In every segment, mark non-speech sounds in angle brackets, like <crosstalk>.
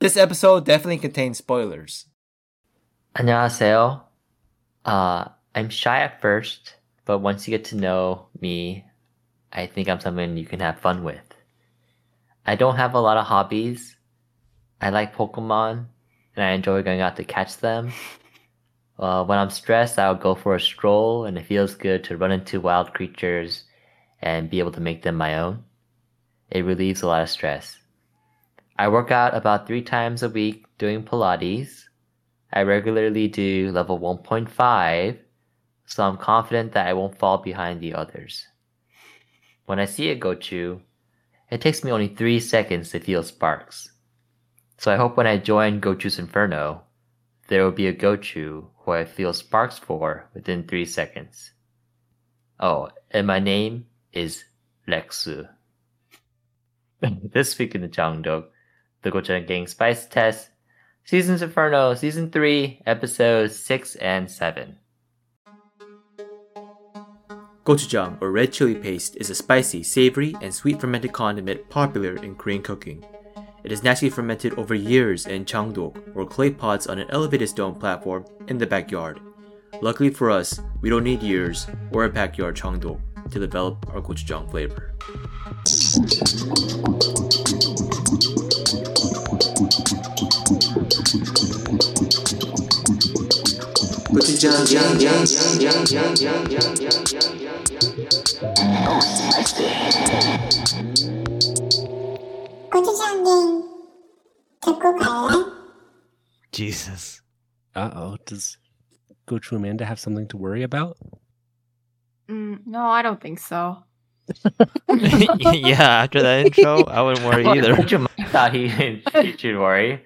This episode definitely contains spoilers. 안녕하세요. Uh, I'm shy at first, but once you get to know me, I think I'm someone you can have fun with. I don't have a lot of hobbies. I like Pokemon, and I enjoy going out to catch them. Uh, when I'm stressed, I'll go for a stroll, and it feels good to run into wild creatures and be able to make them my own. It relieves a lot of stress. I work out about three times a week doing Pilates. I regularly do level 1.5, so I'm confident that I won't fall behind the others. When I see a Gochu, it takes me only 3 seconds to feel sparks. So I hope when I join Gochu's Inferno, there will be a Gochu who I feel sparks for within 3 seconds. Oh, and my name is Lexu. <laughs> this week in the Changdok, the Gochujang Gang Spice Test, Seasons Inferno, Season 3, Episodes 6 and 7. Gochujang, or red chili paste, is a spicy, savory, and sweet fermented condiment popular in Korean cooking. It is naturally fermented over years in changdok, or clay pots on an elevated stone platform in the backyard. Luckily for us, we don't need years or a backyard changdok to develop our gochujang flavor. 고추장 게임 듣고 갈래? Jesus. Uh oh. Does Gochu Amanda have something to worry about? Mm, no, I don't think so. <laughs> yeah, after <laughs> that intro, I wouldn't worry either. I <laughs> thought he he should worry.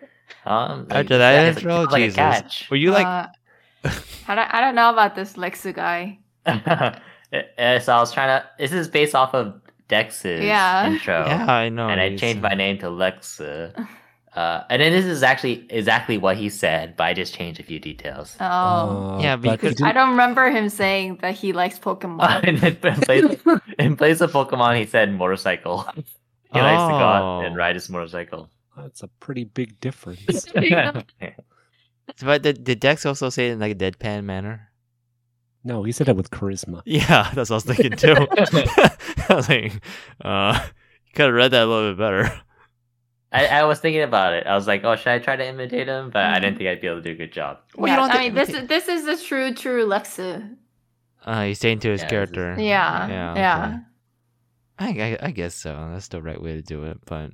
Um, After that yeah, it's intro, it's like a Jesus. catch. Were you like, Uh, I, don't, I don't know about this Lexu guy. <laughs> Uh, so I was trying to. This is based off of Dex's Yeah. intro, yeah, I know. and I he's- changed my name to Lexa. <laughs> Uh, and then this is actually exactly what he said, but I just changed a few details. <laughs> Oh. Uh, Yeah, but because- you I don't remember him saying that he <laughs> likes Pokemon. in, place, in place of Pokemon, he said motorcycle. <laughs> he likes to go out and Oh. ride his motorcycle. That's a pretty big <laughs> difference. <laughs> But did, did Dex also say it in like a deadpan manner? no, he said it with charisma. <laughs> Yeah, that's what I was thinking <laughs> too. I was like, uh, you could have read that a little bit better. I, I was thinking about it. I was like, oh, should I try to imitate him? But I didn't think I'd be able to do a good job. Well, yeah, you don't I thi- mean, this is this is the true, true Lexu. Uh, he's staying to his Yeah, this is- character. Yeah, yeah. Yeah. okay. I, I I guess so. That's the right way to do it. But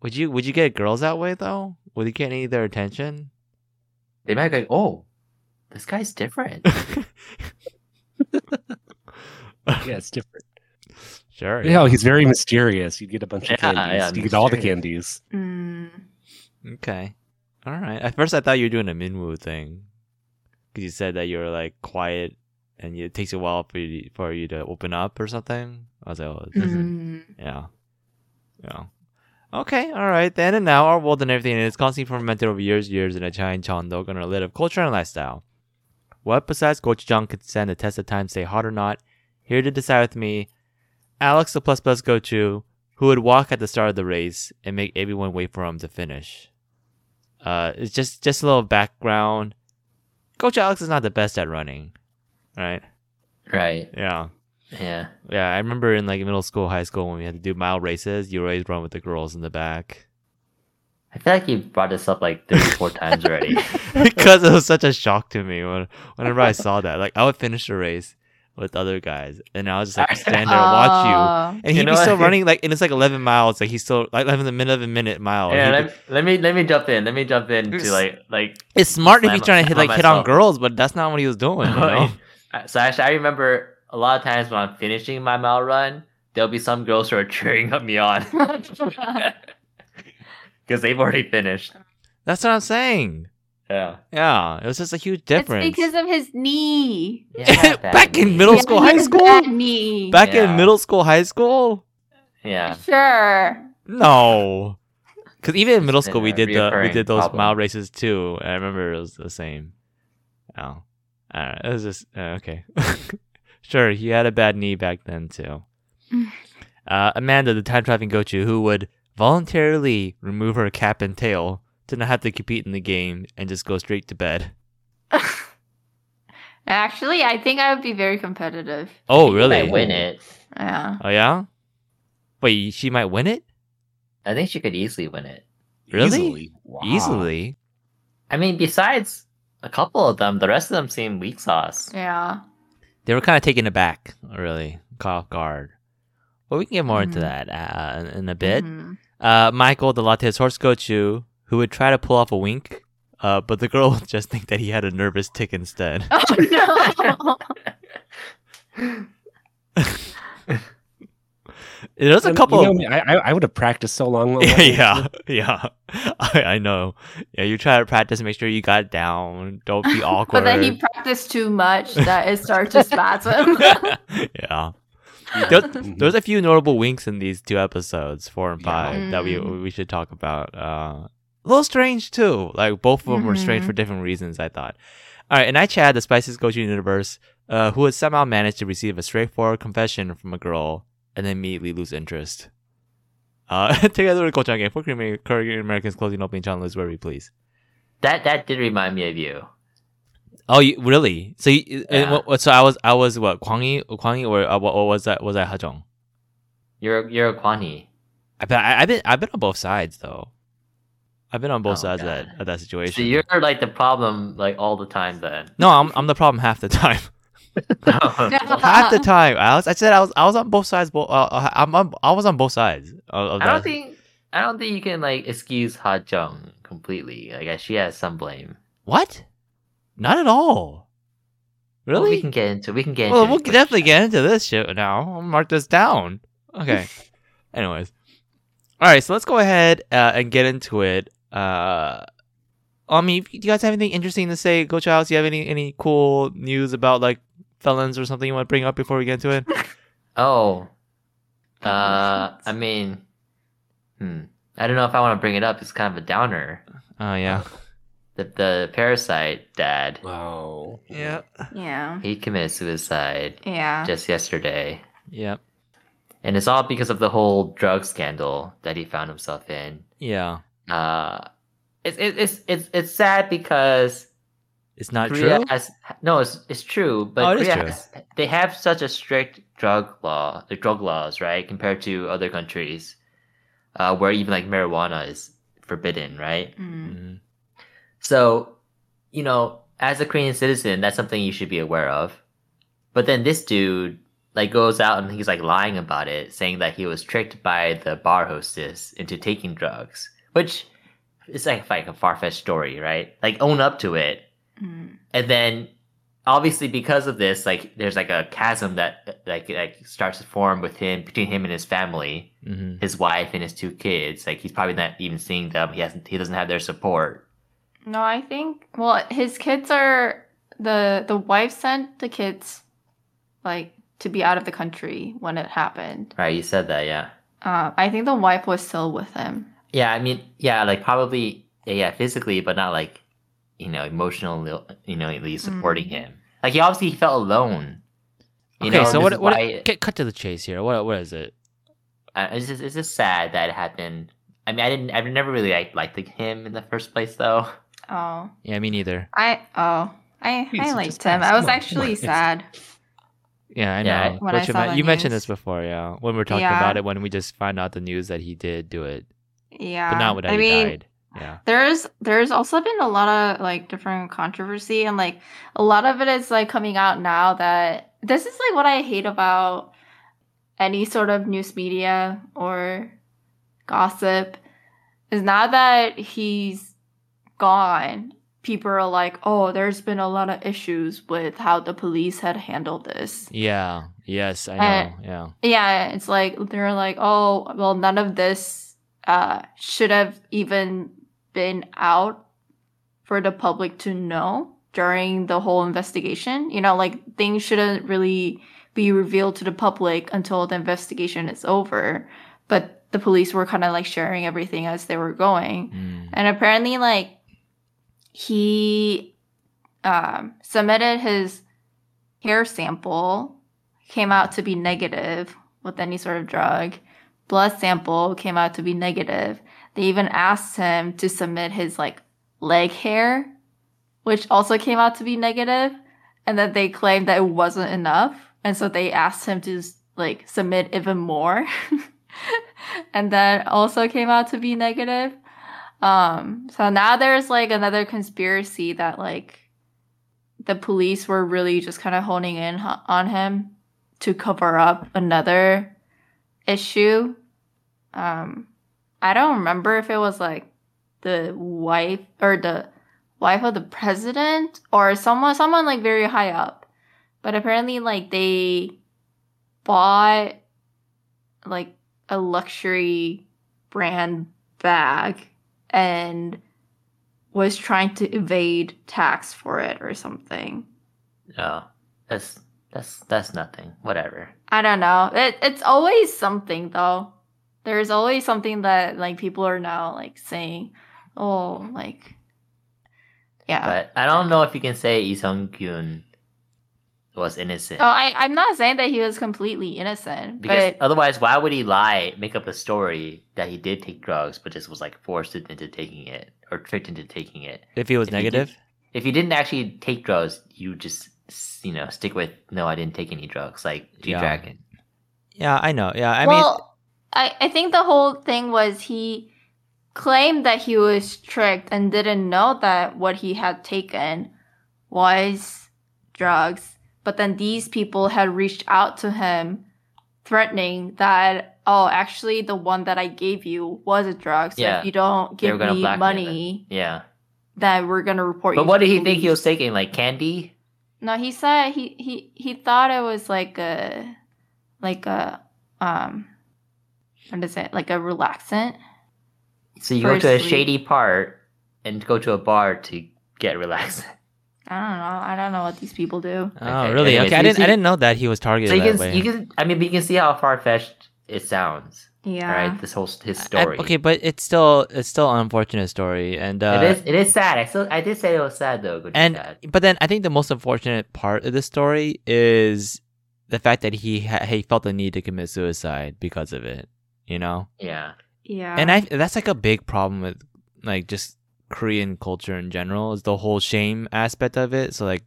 would you would you get girls that way though? Would you get any of their <laughs> attention? They might go, oh, this guy's different. Yeah, it's different. Sure. Yeah, he's very mysterious. You get a bunch of Yeah, candies. yeah, you get all the mysterious. candies. Mm. Okay. All right. At first, I thought you were doing a Minwoo thing because you said that you were like quiet and it takes a while for you for you to open up or something. I was like, oh, this is- Mm. yeah, yeah. Okay, all right. Then and now, our world and everything is constantly fermented over years, years in a giant chandok and a lid of culture and lifestyle. What besides gochujang could stand the test of time, stay hot or not? Here to decide with me, Alex the plus plus gochu, who would walk at the start of the race and make everyone wait for him to finish. Uh, it's just just a little background. Coach Alex is not the best at running, right? <laughs> right. Yeah. Yeah. Yeah, I remember in like middle school, high school when we had to do mile races, you always run with the girls in the back <laughs> I feel like you brought this up like three, four times <laughs> already. because it was such a shock to me when whenever I saw that. Like I would finish the race with other guys, and I was just <laughs> like stand there and watch Oh. you, and You he'd know be still what? running like and it's like eleven miles, like he's still like eleven the minute of a minute mile. yeah, He'd be- let, let me let me jump in. Let me jump in to It's- like <laughs> like It's smart if Slam- he's trying to hit slam like hit on myself. girls, but that's not what he was doing. <laughs> You know? so actually I remember a lot of times when I'm finishing my mile run, there'll be some girls who are cheering me <laughs> on. <laughs> Because they've already finished. that's what I'm saying. Yeah. Yeah, it was just a huge It's difference. because of his knee. yeah <laughs> back in middle Yeah, school, high his school, bad knee. back Yeah. in middle school, high school. Yeah. Sure. No, because even in middle been school we a did the we reoccurring did those problem. mile races too. I remember it was the same. Oh, uh, it was just uh, okay. <laughs> <laughs> sure, he had a bad knee back then too. uh, Amanda, the time traveling gochu, who would voluntarily remove her cap and tail to not have to compete in the game and just go straight to bed. Actually, I think I would be very competitive. Oh, I really? win it. Yeah. Oh, yeah? Wait, she might win it? I think she could easily win it. Really? Easily. Wow. Easily. I mean, besides a couple of them, the rest of them seem weak sauce. Yeah. They were kind of taken aback, really, caught off guard. But we can get more into Mhm. that uh, in- in a bit. <laughs> Mhm. Uh, Michael, the latte's horse gochu, who would try to pull off a wink, uh, but the girl <laughs> would just think that he had a nervous tick <laughs> instead. Oh no. There's a Um, couple. <laughs> You know me, I, I, I would have practiced so long. yeah, yeah. <laughs> I, I know. Yeah, you try to practice, make sure you got it down. Don't be awkward. <laughs> but then he practiced too much that it starts to spasm. <laughs> <laughs> yeah. There's, Mm-hmm. Mm-hmm. there's a few notable winks in these two episodes, four and five, that we Mm. we should talk about. Uh, a little strange too. Like both of them were strange Mhm. for different reasons. I thought. All right, and I Chad, the Spices Goju universe, uh, who has somehow managed to receive a straightforward confession from a girl and then immediately lose interest. Uh, <laughs> together with Gochang Game for Korean Korean Americans closing opening channel is where we please. That that did remind me of you. Oh, you, really? So, you, uh, Yeah. what- so I was, I was what Kwangi, Kwangi, or uh, what, what was that? Was that Hajong? You're you're a Kwani. I, but I, I've been I've been on both sides though. I've been on both Oh, sides of God. that, of that situation. So you're like the problem like all the time then. <laughs> no, I'm I'm the problem half the time. <laughs> half the time, Alex. I said I was I was on both sides. Bo- uh, uh, I'm on, I was on both sides. Of, of I don't that. think I don't think you can like excuse Ha Jung completely. Like I- she has some blame. what? Not at all. But Really? we can get into we can get into Well, it we'll quick. definitely get into this shit now. I'll mark this down. <laughs> Okay. Anyways. All right, so let's go ahead uh, and get into it. Uh, I mean, do you guys have anything interesting to say? Go, Charles. Do you have any any cool news about like felons or something you want to bring up before we get into <laughs> it? Oh. Uh I mean hmm. I don't know if I want to bring it up. It's kind of a downer. Oh yeah. The the parasite dad. Wow. yeah. He committed suicide Yeah. just yesterday. Yeah. And it's all because of the whole drug scandal that he found himself in. Yeah. Uh it's it's it's it's, it's sad because It's not Korea true. has no, it's it's true, but Oh, it is Korea true. has- they have such a strict drug law, the drug laws, right, compared to other countries, uh, where even like marijuana is forbidden, right? Mm. Mhm. So, you know, as a Korean citizen, that's something you should be aware of. But then this dude like goes out and he's like lying about it, saying that he was tricked by the bar hostess into taking drugs, which is like like a far fetched story, right? Like own up to it, Mm. and then obviously because of this, like there's like a chasm that like like starts to form with him between him and his family, Mhm. his wife and his two kids. Like he's probably not even seeing them. He hasn't. He doesn't have their support. No, I think well, his kids are the the wife sent the kids like to be out of the country when it happened. Right, you said that, yeah. Uh, I think the wife was still with him. Yeah, I mean, yeah, like probably, yeah, yeah, physically, but not like, you know, emotionally, you know, at least supporting Mm. him. Like he obviously felt alone. You Okay, know, so this what? is What? why- Get cut to the chase here. What? What is it? uh, it's just it's just sad that it happened. I mean, I didn't, I've never really like, liked him in the first place, though. Oh, Yeah, me neither. I oh, I Please, I just liked him. ask. I <laughs> was Come on. actually sad. Yeah, I Yeah, know. when What I you saw men- the you mentioned news. this before, yeah. When we were talking Yeah. about it, when we just find out the news that he did do it, Yeah, but not when I he mean, died. Yeah. there's there's also been a lot of like different controversy and like a lot of it is like coming out now that this is like what i hate about any sort of news media or gossip is now that he's gone people are like oh there's been a lot of issues with how the police had handled this Yeah. Yes, I know. Uh, yeah. yeah it's like they're like oh well none of this uh should have even been out for the public to know during the whole investigation you know like things shouldn't really be revealed to the public until the investigation is over but the police were kind of like sharing everything as they were going Mm. and apparently, like, he um, submitted his hair sample, came out to be negative with any sort of drug, blood sample came out to be negative. They even asked him to submit his like leg hair, which also came out to be negative, and that they claimed that it wasn't enough, and so they asked him to like submit even more, <laughs> and that also came out to be negative. Um, so now there's like another conspiracy that like the police were really just kind of honing in ho- on him to cover up another issue. Um, I don't remember if it was like the wife or the wife of the president or someone, someone like very high up. But apparently, like they bought like a luxury brand bag and was trying to evade tax for it or something. No, that's that's that's nothing. Whatever. I don't know. It, it's always something though. There's always something that like people are now like saying, oh, like, yeah. But I don't know if you can say Lee Sung Kyun was innocent oh, I I'm not saying that he was completely innocent, because but otherwise, why would he lie, make up a story that he did take drugs, but just was like forced into taking it or tricked into taking it? If he was If he did- negative, If you didn't actually take drugs, you just s- you know stick with no, I didn't take any drugs, like G Yeah. Dragon. yeah, I know. Yeah, I mean, well, I I think the whole thing was he claimed that he was tricked and didn't know that what he had taken was drugs, but then these people had reached out to him threatening that oh actually the one that I gave you was a drug so Yeah. if you don't They were give gonna me blackmail money Yeah, then we're gonna report you but to what the did he think police." he was taking? Like candy? No, he said he he he thought it was like a like a um what is it like a relaxant. So you go to a Firstly- shady part and go to a bar to get relaxed. <laughs> I don't know. I don't know what these people do. oh okay, really? anyways, okay, I you didn't. I see- didn't know that he was targeted so you can that way. you can I mean, but you can see how far fetched it sounds, Yeah. right? This whole s- his I- story. okay, but it's still it's still an unfortunate story, and uh, it is it is sad. I still I did say it was sad though. Gojo and sad. uh, but then I think the most unfortunate part of the story is the fact that he ha- he felt the need to commit suicide because of it. You know, yeah, Yeah. and I that's like a big problem with like just Korean culture in general is the whole shame aspect of it. So like,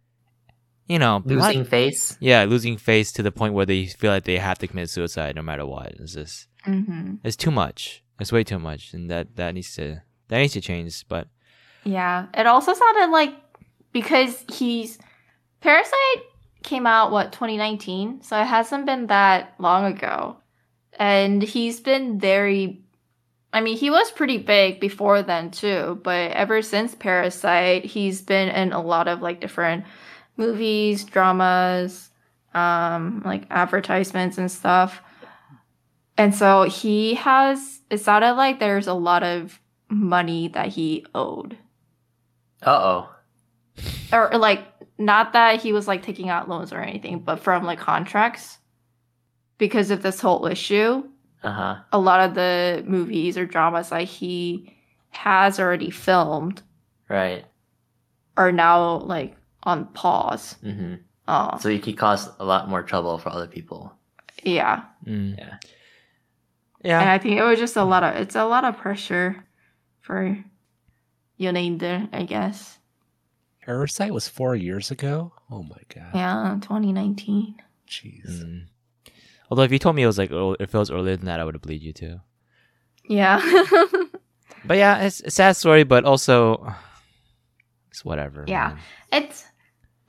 you know, a lot- losing face. yeah, losing face to the point where they feel like they have to commit suicide no matter what. It's just hmm it's too much. It's way too much, and that that needs to that needs to change. But Yeah. It also sounded like because he's Parasite came out what 2019, so it hasn't been that long ago. And he's been very I mean, he was pretty big before then too, but ever since Parasite, he's been in a lot of like different movies, dramas, um like advertisements and stuff. And so he has it sounded like there's a lot of money that he owed Uh oh. or like not that he was like taking out loans or anything, but from like contracts because of this whole issue. Uh huh. A lot of the movies or dramas that he has already filmed Right. are now like on pause. hmm Oh, So you could cause a lot more trouble for other people. yeah. mm. Yeah. yeah, And I think it was just a lot of it's a lot of pressure for Yoneinder, I guess. Parasite was four years ago. Oh my god. Yeah, 2019. Jeez. Mm. Although if you told me it was like earl- if it was earlier than that, I would have believed you too. Yeah. <laughs> But yeah, it's a sad story, but also <sighs> it's whatever. Yeah. man. It's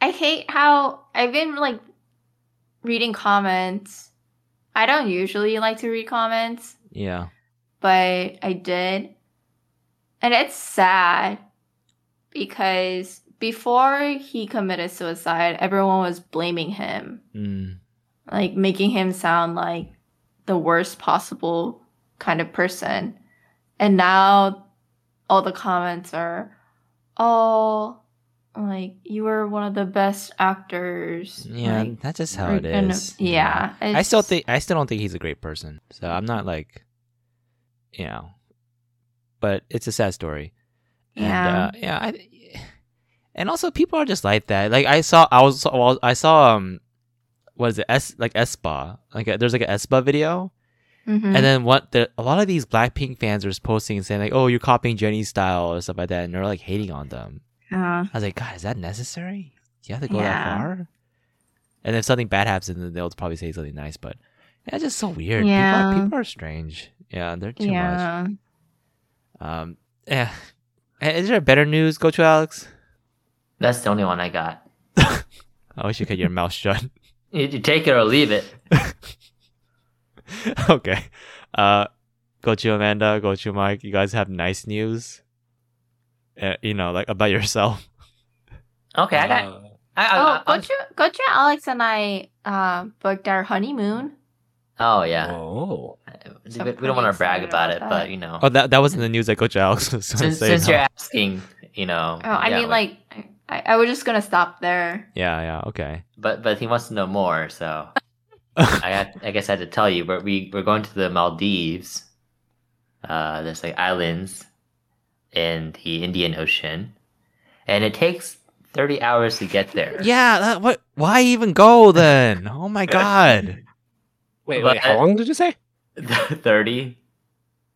I hate how I've been like reading comments. I don't usually like to read comments, yeah, but I did. And it's sad because before he committed suicide, everyone was blaming him, mm. like making him sound like the worst possible kind of person. And now all the comments are, oh, like you were one of the best actors. yeah. Like, that's just how we're it gonna- is. you know. yeah. I still it's- think I still don't think he's a great person. So I'm not like, you know, but it's a sad story. Yeah. And, uh, yeah. I, and also, people are just like that. Like I saw, I was, well, I saw um, what is it? S like Espa. Like uh, there's like an Espa video, Mm-hmm. And then what? The, a lot of these Blackpink fans are posting and saying like, "Oh, you're copying Jennie's style" or stuff like that, and they're like hating on them. yeah. I was like, God, is that necessary? Do you have to go that Yeah. far? And if something bad happens, then they'll probably say something nice. But yeah, it's just so weird. People, Yeah. are, people are strange. Yeah, they're too Uh, yeah. much. Um, yeah. And is there better news? Go to Alex. That's the only one I got. I wish you could your mouth <laughs> shut. You, you take it or leave it. okay. Uh, go to Amanda. Go to Mike. You guys have nice news. Uh, you know, like about yourself. <laughs> Okay, I got. Uh, I, I, Oh, I, I, Gochu, Gochu, Alex, and I uh, booked our honeymoon. oh yeah. oh. We- So we, don't want pretty to brag excited about it, about that. but you know, Oh, that that wasn't the news that Coach Alex was going to since, say. since no. you're asking, you know. Oh, I yeah, mean, like, I, I was just gonna stop there. Yeah, yeah, okay. But but he wants to know more, so I had, I guess I had to tell you. But we we're going to the Maldives. Uh, there's like islands in the Indian Ocean, and it takes thirty hours to get there. Yeah, that, what? Why even go then? Oh my god! Wait, But- wait, how long did you say? <laughs> thirty.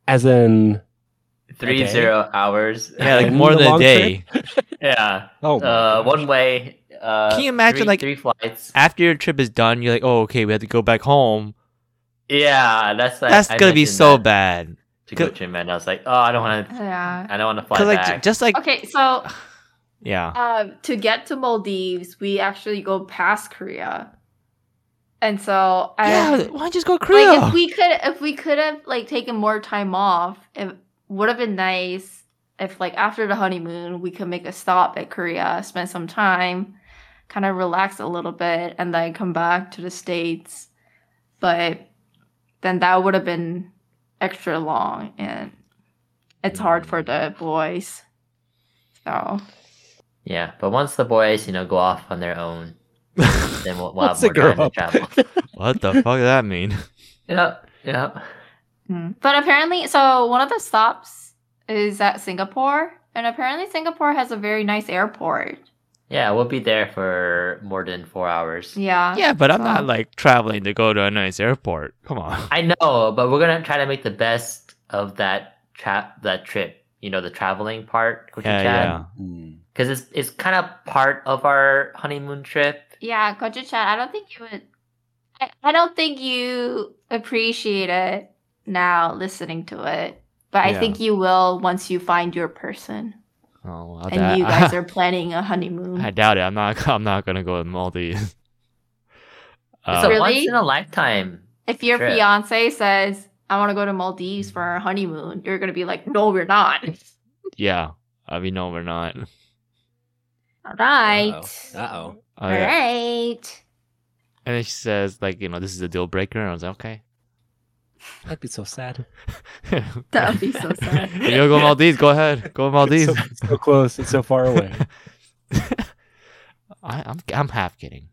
As in. Three day? zero hours. Yeah, <laughs> like And more the than a long day. <laughs> yeah. Oh, my uh, gosh. one way. Uh, Can you imagine, three- like- three flights? After your trip is done, you're like, oh, okay, we have to go back home. Yeah, that's like, That's I gonna be mentioned so that bad. To go Good- to him, and I was like, oh, I don't want to. Yeah. I don't want to fly Cause like back. j- just like Okay, so yeah, um, to get to Maldives, we actually go past Korea, and so I, yeah. Why don't you just go to Korea? like if we could if we could have like taken more time off, it would have been nice if like after the honeymoon we could make a stop at Korea, spend some time, kind of relax a little bit, and then come back to the states. But then that would have been extra long, and it's hard for the boys. So Yeah, but once the boys, you know, go off on their own, then we'll, we'll have Once they more time grow to travel. <laughs> what the fuck does that <laughs> mean? yeah, yeah. Mm. But apparently, so one of the stops is at Singapore, and apparently Singapore has a very nice airport. Yeah, we'll be there for more than four hours. Yeah. Yeah, but I'm so- not like traveling to go to a nice airport. Come on. I know, but we're gonna try to make the best of that trap that trip. You know, the traveling part, which Yeah, yeah. Hmm. because it's it's kind of part of our honeymoon trip. Yeah, Coach Chat, I don't think you would. I, I don't think you appreciate it now listening to it, but I Yeah. think you will once you find your person Oh, well, and that- <laughs> you guys are planning a honeymoon. I doubt it. I'm not. <laughs> I'm not gonna go to Maldives. <laughs> It's a Uh, Really? once in a lifetime. if your trip. fiance says, I want to go to Maldives for our honeymoon, you're going to be like, no, we're not. yeah. I mean, no, we're not. All right. Uh Oh, oh. All yeah. right. And then she says, like, you know, this is a deal breaker. And I was like, okay. That'd be so sad. <laughs> That would be so sad. <laughs> If you wanna go Maldives, go ahead. Go Maldives. It's so, it's <laughs> so close. It's so far away. <laughs> I, I'm, I'm half kidding.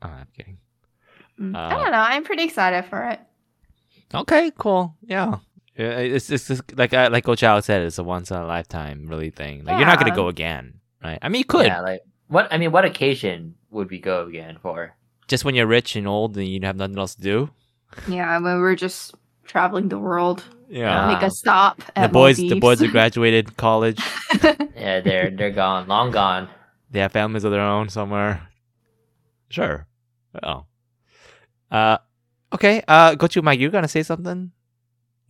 I'm half kidding. Mm. I Uh, don't know. I'm pretty excited for it. Okay, cool. Yeah. Yeah, It's, it's, it's like I, like Coach Alex said, it's a once in a lifetime really thing. Like, you're not going to Yeah. go again, right? I mean, you could. Yeah, like what? I mean, what occasion would we go again for? Just when you're rich and old and you have nothing else to do. Yeah, when we're just traveling the world, Yeah. make Ah. a stop. At Uh, the boys, the Maldives. boys have graduated college. Yeah, they're they're gone, long gone. They have families of their own somewhere. Sure. Oh. Uh, okay. Uh, go to Mike. You gonna say something? <laughs>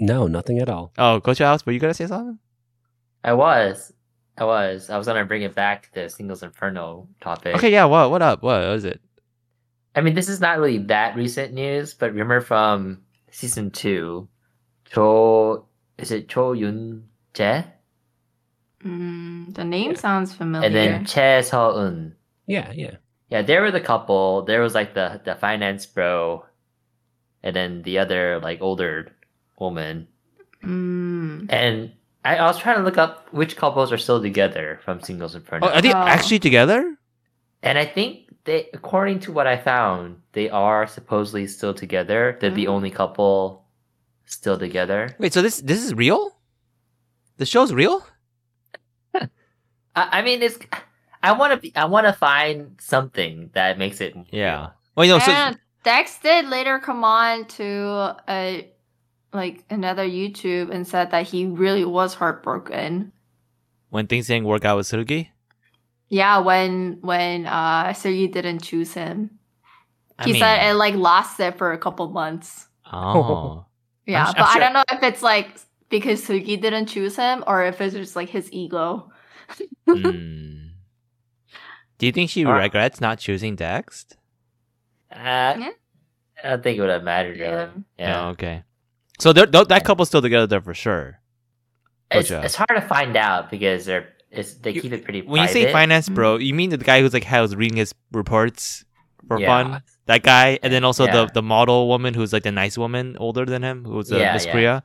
No, nothing at all. Oh, go to Alex. Were you gonna say something? I was. I was. I was gonna bring it back to the singles inferno topic. Okay. Yeah. What? What up? What was it? I mean, this is not really that recent news, but remember from season two, Cho is it Cho Yun Che <laughs> Mm, the name sounds Oh, familiar. and then Che Seo Un. Yeah, yeah. Yeah, there were the couple. There was like the the finance bro, and then the other like older woman. Mm. And I, I was trying to look up which couples are still together from singles inferno. Oh, are they Oh. actually together? And I think they, according to what I found, they are supposedly still together. They're the Mm. only couple still together. Wait. So this this is real? The show's real? I, I mean, it's. I want to be. I want to find something that makes it. Oh, Yeah. Well, you know, so and Dex did later come on to a uh, like another YouTube and said that he really was heartbroken. When things didn't work out with Surugi? Yeah, when when uh Seryu didn't choose him. I He mean- said it like lasted for a couple months. Oh. Yeah, I'm but I sure- don't know if it's like because Sugi didn't choose him or if it's just like his ego. Hmm. Do you think she Uh, regrets not choosing Dex? Uh, Yeah. I don't think it would have mattered really. Oh, Yeah. okay. So they're, tho- that couple's still together there for sure. It's, Gotcha. it's hard to find out because they're it's, they You- keep it pretty When you say private. finance bro, you mean the guy who's like was reading his reports for Yeah. fun? That guy, and then also Yeah. the the model woman who's like the nice woman older than him, who was the Yeah, Miss yeah. Korea.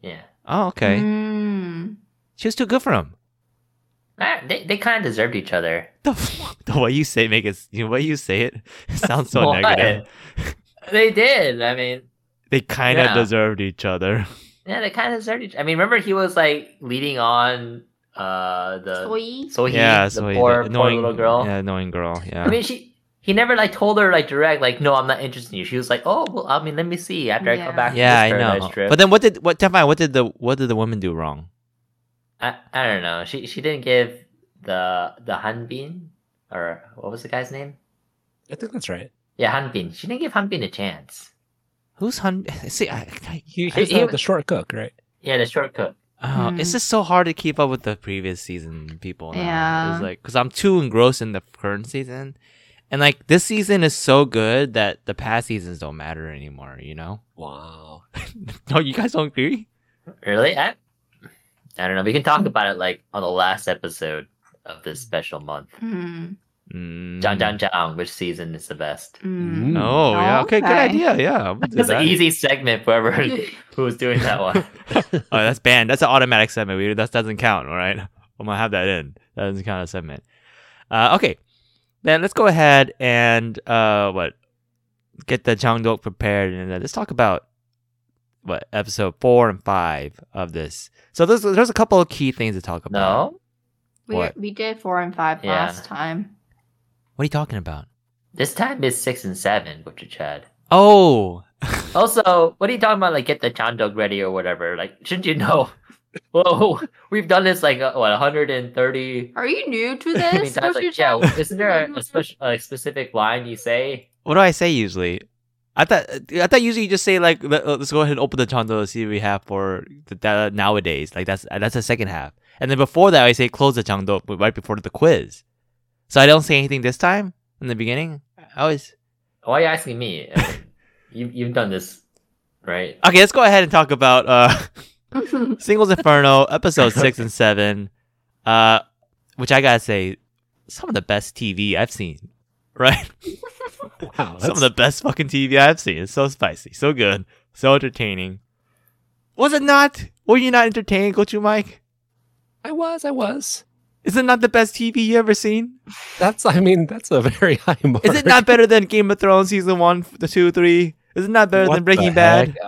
Yeah. Oh, okay. Mm. She was too good for him. Nah, Uh, they they kind of deserved each other. The, f- <laughs> the way you say make it, the way you say it, sounds <laughs> so Why? negative. They did. I mean, They kind of Yeah. deserved each other. yeah, they kind of deserved each. I mean, remember he was like leading on uh the Sweet. so he yeah, the so he- poor poor the annoying little girl. Yeah, annoying girl. I Yeah. mean, she he never like told her like direct like no, I'm not interested in you. She was like, oh well, I mean, let me see after I Yeah. come back. from yeah, this I paradise know. Trip. But then what did what Stefan, what did the what did the woman do wrong? I, I don't know. She she didn't give the the Hanbin or what was the guy's name? I think that's right. Yeah, Hanbin. She didn't give Hanbin a chance. Who's hun? <laughs> See, I, I, He- He, he's he the, was- the short cook, right? Yeah, the short cook. Oh, Mm. it's just so hard to keep up with the previous season people. Now. Yeah. it's like because I'm too engrossed in the current season, and like this season is so good that the past seasons don't matter anymore. You know? <laughs> Wow. No, you guys don't agree? Really? I, I don't know. We can talk about it like on the last episode of this special month. Mm. Mm. John John John, which season is the best? Mm. Oh yeah. Okay, good Okay. idea. Yeah, we'll do That's an that. easy segment for whoever <laughs> who's doing that <laughs> one. Oh, that's banned. That's an automatic segment. We, that doesn't count. All right, I'm gonna have that in. That doesn't count as segment. Uh, okay, then let's go ahead and uh, what get the Changdok prepared, and then let's talk about what episode four and five of this. So there's there's a couple of key things to talk about. No, We, What? we did four and five Yeah. last time. What are you talking about? this time is six and seven, Butcher Chad. Oh, Also, what are you talking about? Like, get the chandog ready or whatever. Like, shouldn't you know? <laughs> Whoa, we've done this like uh, what 130 Are you new <laughs> to I this? mean, that's What's your like, yeah, job? isn't there a, a special, a specific line you say? what do I say usually? I thought I thought usually you just say like let, us go ahead and open the chando to see what we have for the, the nowadays like that's that's the second half and then before that I say close the chando right before the quiz, so I don't say anything this time in the beginning. I always Why are you asking me? I mean, <laughs> you, you've done this, right? okay. Let's go ahead and talk about uh <laughs> Singles Inferno episode six and seven, uh, which I gotta say some of the best TV I've seen. Right, Wow. Some of the best fucking TV I've seen. It's so spicy, so good, so entertaining. Was it not? Were you not entertained, Gochu Mike? I was. I was. Is it not the best TV you ever seen? That's. I mean, that's a very high mark. Is it not better than Game of Thrones season one, f- the two, three? Is it not better What than Breaking the Bad? heck?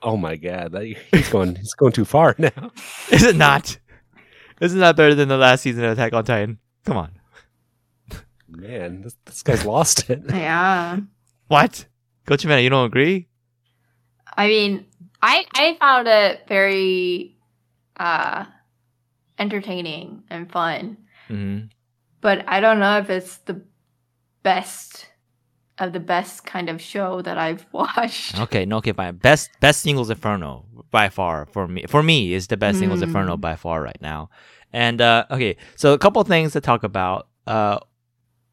Oh my god, that, he's going. he's going too far <laughs> now. Is it not? Is it not better than the last season of Attack on Titan? Come on. Man, this, this guy's lost it. <laughs> yeah. What? Gochu Man, you don't agree? I mean, I I found it very uh entertaining and fun, Mm-hmm. but I don't know if it's the best of the best kind of show that I've <laughs> watched. Okay, no, okay, fine. Best best singles inferno by far for me. For me, is the best singles Mm. inferno by far right now. And uh, okay, so a couple things to talk about. Uh,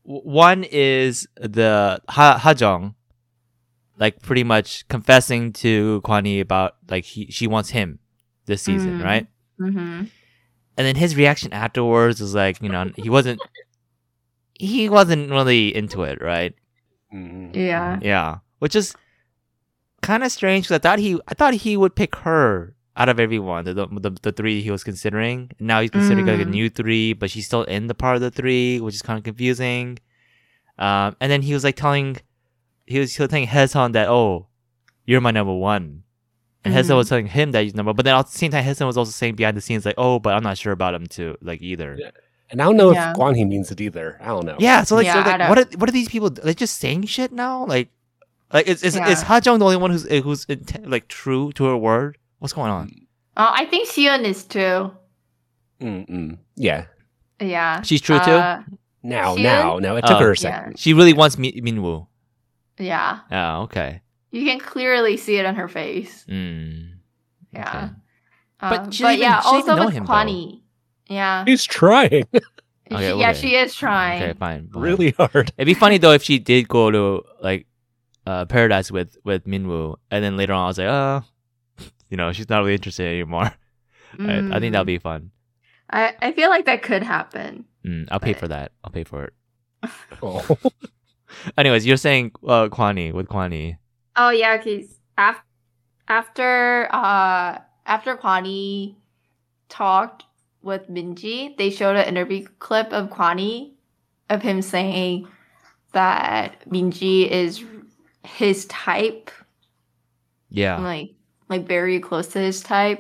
w- one is the ha Hajong, like pretty much confessing to Kwan Yi about like he, she wants him this season, Mm. right? Mm-hmm. And then his reaction afterwards is like, you know, he wasn't he wasn't really into it, right? Mhm. Yeah. Yeah, which is kind of strange because I thought he, I thought he would pick her out of everyone, the the, the, the three he was considering. Now he's considering like a Mm. new three, but she's still in the part of the three, which is kind of confusing. Um, and then he was like telling, he was he was telling Hesan that oh, you're my number one. And Hesan Mhm. was telling him that he's number, but then at the same time, Hesan was also saying behind the scenes like, "Oh, but I'm not sure about him too, like either." Yeah. And I don't know Yeah. if Guan He means it either. I don't know. Oh. Yeah, so like, so Yeah, I like don't- what are what are these people? Like just saying shit now? Like Like, is is, Yeah. is Ha Jung the only one who's who's inten- like true to her word? What's going on? Oh, I think Sion is too. Mm-mm. Yeah. Yeah. She's true too? Uh, Now, She now, now. It took Oh. her Yeah. a second. She really wants Mi- Minwoo. Yeah. Oh, okay. You can clearly see it on her face. Mm. Yeah. Okay. Um, But but, she didn't yeah, even- she didn't also know with him, though. Kwani. Yeah. He's <laughs> trying She- Okay, Yeah, okay. she is trying. Okay, fine. fine. really <laughs> hard. It'd be funny though if she did go to like uh, paradise with with Minwoo, and then later on I was like, oh, <laughs> you know, she's not really interested anymore. <laughs> I, I think that'd be fun. Mm. I, I feel like that could happen. Mm, I'll pay But- for that. I'll pay for it. Oh. Anyways, you're saying uh, Kwani with Kwani. Oh yeah, because after after uh after Kwani talked with Minji, they showed an interview clip of Kwani of him saying that Minji is his type, Yeah. like like very close to his type.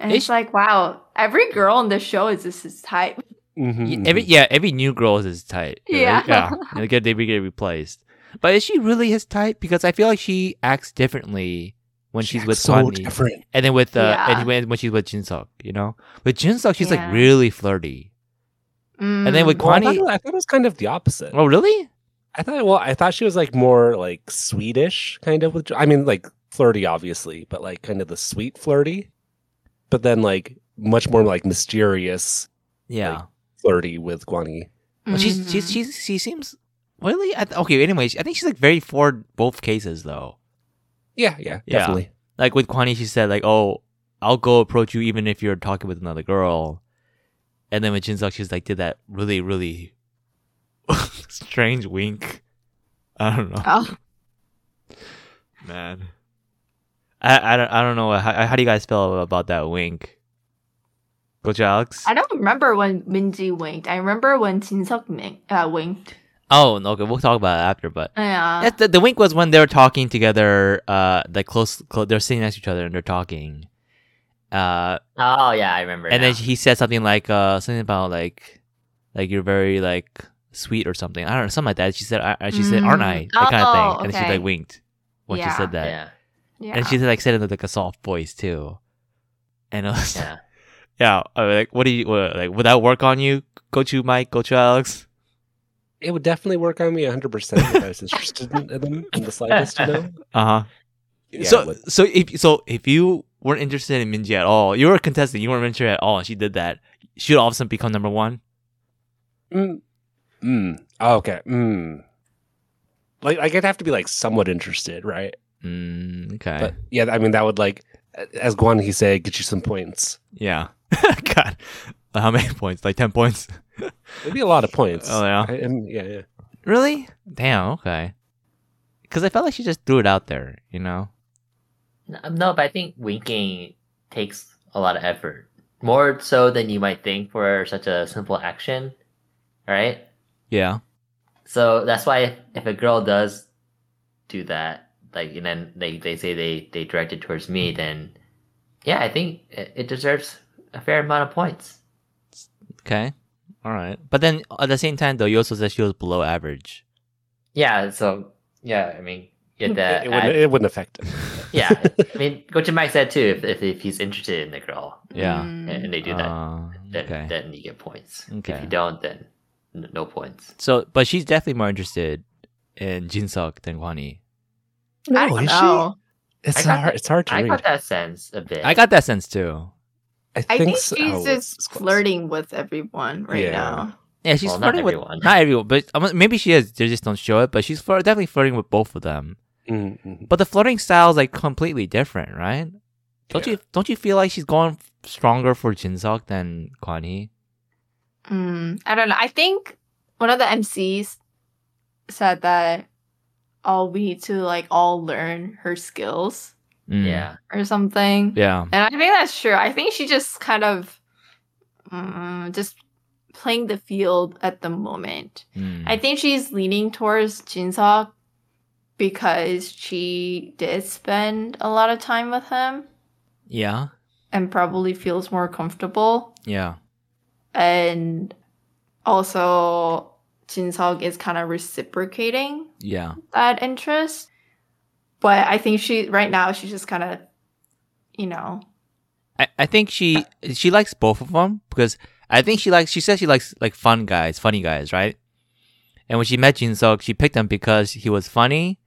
And Is it's like, wow, every girl in the show is just his type. Y- Mhm, Every mhm. yeah, every new girl is his type. Yeah. <laughs> yeah. And they get they get replaced. But is she really his type? Because I feel like she acts differently when She she's acts with so Kwani. different. And then with uh, Yeah. and when, when she's with Jinseok, you know, with Jinseok, she's Yeah. Mm. like really flirty. And then with Well, I, thought Kwani, it, I thought it was kind of the opposite. oh really? I thought well, I thought she was like more like Swedish kind of with I mean like flirty obviously, but like kind of the sweet flirty. But then like much more like mysterious Yeah. Like, flirty with Guani. Well, she's, she's Mhm. she's she seems really I th- okay. Anyways, I think she's like very for both cases though. Yeah, yeah, Yeah. definitely. Like with Kwani, she said like, "Oh, I'll go approach you even if you're talking with another girl," and then with Jinseok, she's like did that really really <laughs> strange wink. I don't know, Oh, man. I, I don't I don't know how, how do you guys feel about that wink? Go to Alex. I don't remember when Minji winked. I remember when Jinseok min- uh, winked. Oh, no, okay, we'll talk about it after, but Yeah. That's the, the wink was when they were talking together, uh, like close, close they're sitting next to each other and they're talking. Uh, Oh yeah, I remember. and then now. he said something like, uh, something about like, like you're very like sweet or something. I don't know, something like that. She said, I, I- she said, aren't I? Mm. That kind of Oh, thing. And then she okay. like winked when she Yeah. said that. yeah, yeah. And she like said it with like a soft voice too. And I was, <laughs> yeah, yeah. I was like, what do you, what, like, would that work on you? Go to Mike, go to Alex. It would definitely work on me 100% if I was interested in them in the slightest, you <laughs> know? Uh huh. Yeah, it so would. so if so if you weren't interested in Minji at all, you were a contestant, you weren't interested at all, and she did that, she'd all of a sudden become number one. Mm. Mm. Oh, okay. Mm. Like, like, I'd have to be like somewhat interested, right? Mm, okay. But yeah, I mean, that would like, as Guan he said, get you some points. yeah. <laughs> God. How many points? Like ten points? It'd be a lot of points. Oh, yeah. I- and- yeah, yeah. Really? Damn, okay. Cause I felt like she just threw it out there, you know? No, um, No, but I think winking takes a lot of effort, more so than you might think for such a simple action, right? Yeah. So that's why if, if a girl does do that, like, and then they, they say they, they directed towards me, then yeah, I think it, it deserves a fair amount of points. Okay. Alright. But then at the same time though, you also said she was below average. Yeah, so yeah, I mean, get Uh, that. It, it wouldn't, I- it wouldn't affect it. <laughs> yeah, I mean, what Mike said too, if, if, if he's interested in the girl Yeah. and, Mm. and they Mm-hmm. do that, Uh, then, okay. then you get points. Okay. If you don't, then n- no points. So but she's definitely more interested in Jinseok than Kwani. I don't know. It's I got hard. that- It's hard to I read. got that sense a bit. I got that sense too. I think so. she's Oh, it's- just it's close. flirting with everyone right Yeah. now. Yeah, she's Well, not flirting with everyone. not everyone, but I mean, maybe she is. They just don't show it. But she's flir- definitely flirting with both of them. Mm, mm. But the flirting style is like completely different, right? Don't Yeah. you don't you feel like she's going stronger for Jinseok than Kwani? Mm, I don't know. I think one of the MCs said that all we need to like all learn her skills Mm. yeah. or something. yeah, And I think that's true. I think she just kind of mm, just playing the field at the moment. Mm. I think she's leaning towards Jinseok because she did spend a lot of time with him yeah, and probably feels more comfortable. yeah, And also, Jinseok is kind of reciprocating yeah. that interest. But I think she right now she's just kind of, you know, I, I think she she likes both of them because I think she likes she says she likes like fun guys, funny guys, right? And when she met Jin Suk, she picked him because he was funny.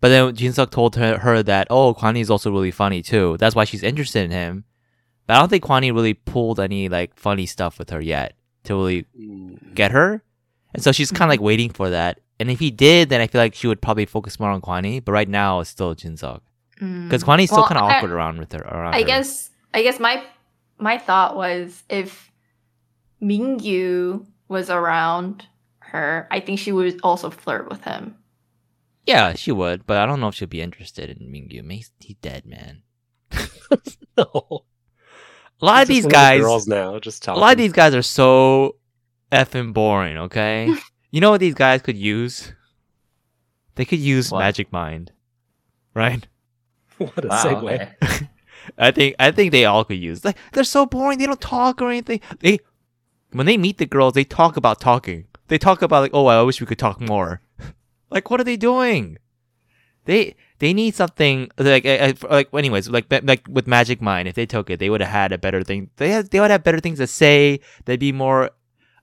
But then Jin Suk told her, her that oh, Kwani is also really funny too. That's why she's interested in him. But I don't think Kwani really pulled any like funny stuff with her yet to really get her. And so she's kind of like waiting for that. And if he did, then I feel like she would probably focus more on Kwani. But right now, it's still Jin Suk mm. because Kwani's still Well, kind of I- awkward around with her. Around I her. guess I guess my my thought was if Mingyu was around her, I think she would also flirt with him. Yeah, she would, but I don't know if she'll be interested in Mingyu. Man, He's, he's dead, man. no. A lot of Just these one the guys, girls now, just a talking. lot of these guys are so effing boring. Okay, you know what these guys could use? They could use What? magic mind, right? <laughs> What a Wow, <laughs> segue. okay. I think I think they all could use. Like they're so boring. They don't talk or anything. They when they meet the girls, they talk about talking. They talk about like, oh, I wish we could talk more. <laughs> like, what are they doing? They they need something like I- I- like anyways like like with Magic Mind. If they took it, they would have had a better thing. They had, they would have better things to say. They'd be more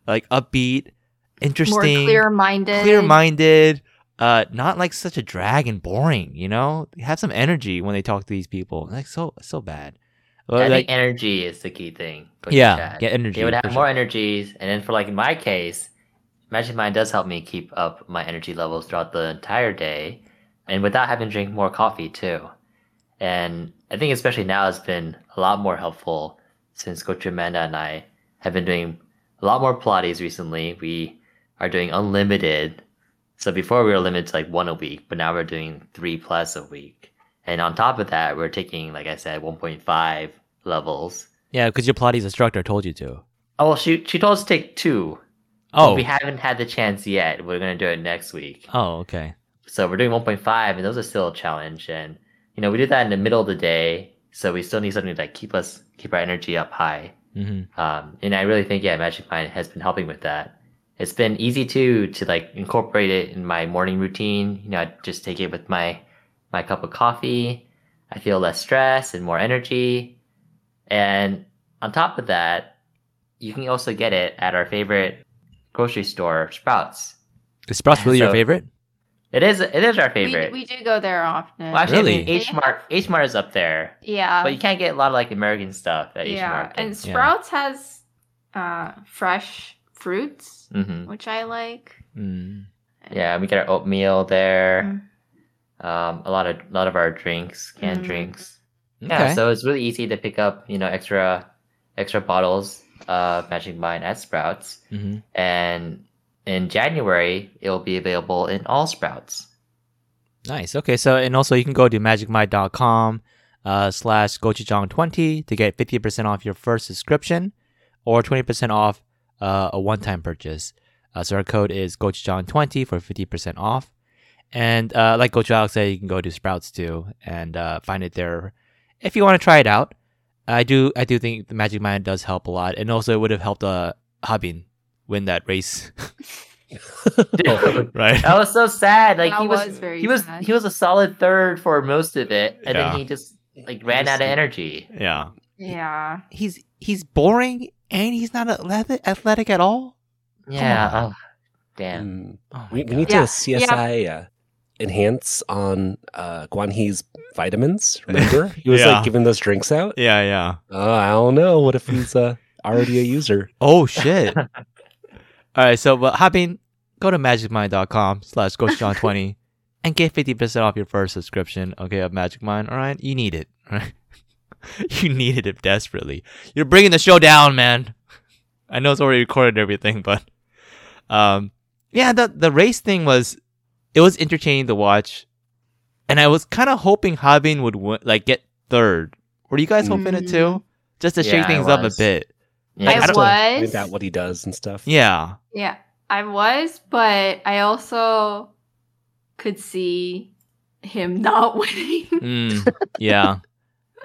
like upbeat, More interesting, clear minded. clear minded uh not like such a drag and boring you know have some energy when they talk to these people like so so bad Well, I like, think energy is the key thing. for Yeah, chat. get energy, They would for have more energies, and then for like in my case, Magic Mind does help me keep up my energy levels throughout the entire day, and without having to drink more coffee too. And I think especially now it's been a lot more helpful since Coach Amanda and I have been doing a lot more Pilates recently. We are doing unlimited. So before we were limited to like one a week, but now we're doing three plus a week. And on top of that, we're taking, like I said, 1.5 levels. yeah because your pilates instructor told you to Oh, well, she, she told us to take two. but oh We haven't had the chance yet. We're going to do it next week. oh okay So we're doing 1.5, and those are still a challenge. And, you know, we did that in the middle of the day. So we still need something to like keep us, keep our energy up high. hmm Um, and I really think, yeah, Magic Mind has been helping with that. It's been easy to to like incorporate it in my morning routine. You know, I just take it with my my cup of coffee. I feel less stress and more energy. And on top of that, you can also get it at our favorite grocery store, Sprouts. is <laughs> sprouts really your So- favorite It is it is our We, favorite. we do go there often. well, actually, I Really? mean, H Mart H Mart is up there, yeah. but you can't get a lot of like American stuff at H Um, yeah. Mart. And Yeah. Sprouts has uh, fresh fruits, mm-hmm. which I like. mm. Yeah, we get our oatmeal there. Mm. Um, a lot of a lot of our drinks, canned Mm. drinks. Yeah, Okay. so it's really easy to pick up, you know, extra extra bottles of Magic Mind at Sprouts. Mhm. And in January, it will be available in all <laughs> Sprouts. nice okay so and also you can go to magicmind.com uh slash gochujang 20 to get 50% off your first subscription or 20% off uh, a one-time purchase uh, so our code is gochujang 20 for 50% off And uh, like Coach Alex said, you can go to Sprouts too and uh, find it there if you want to try it out. I do I do think the Magic Mind does help a lot, and also it would have helped uh, Habin win that race, <laughs> <laughs> Dude, right? <laughs> that was so sad. Like That he was, was very he was sad. he was a solid third for most of it, and Yeah. then he just like ran out of energy. Yeah, Yeah. he's he's boring and he's not athletic, athletic at all. Yeah. on. Oh, damn. Mm. Oh We, my we need Yeah, to CSI uh, enhance on uh, Guan He's vitamins. Remember, he was Yeah. like giving those drinks out. yeah, yeah. Uh, I don't know. What if he's uh, already a user? Oh shit! <laughs> all right, so but Habin, go to magicmind.com slash gochujang <laughs> 20 and get 50% off your first subscription, okay, of Magic Mind, all right? You need it, all right? <laughs> you needed it desperately. You're bringing the show down, man. <laughs> I know it's already recorded and everything, but um, yeah, the the race thing was it was entertaining to watch, and I was kind of hoping Habin would win, like get third. Were you guys hoping it too? Just to Mm-hmm. Yeah, shake I things up a was. bit. Yeah, I I don't- Find was. out what he does and stuff. Yeah. Yeah, I was, but I also could see him <laughs> not winning. Mm, yeah.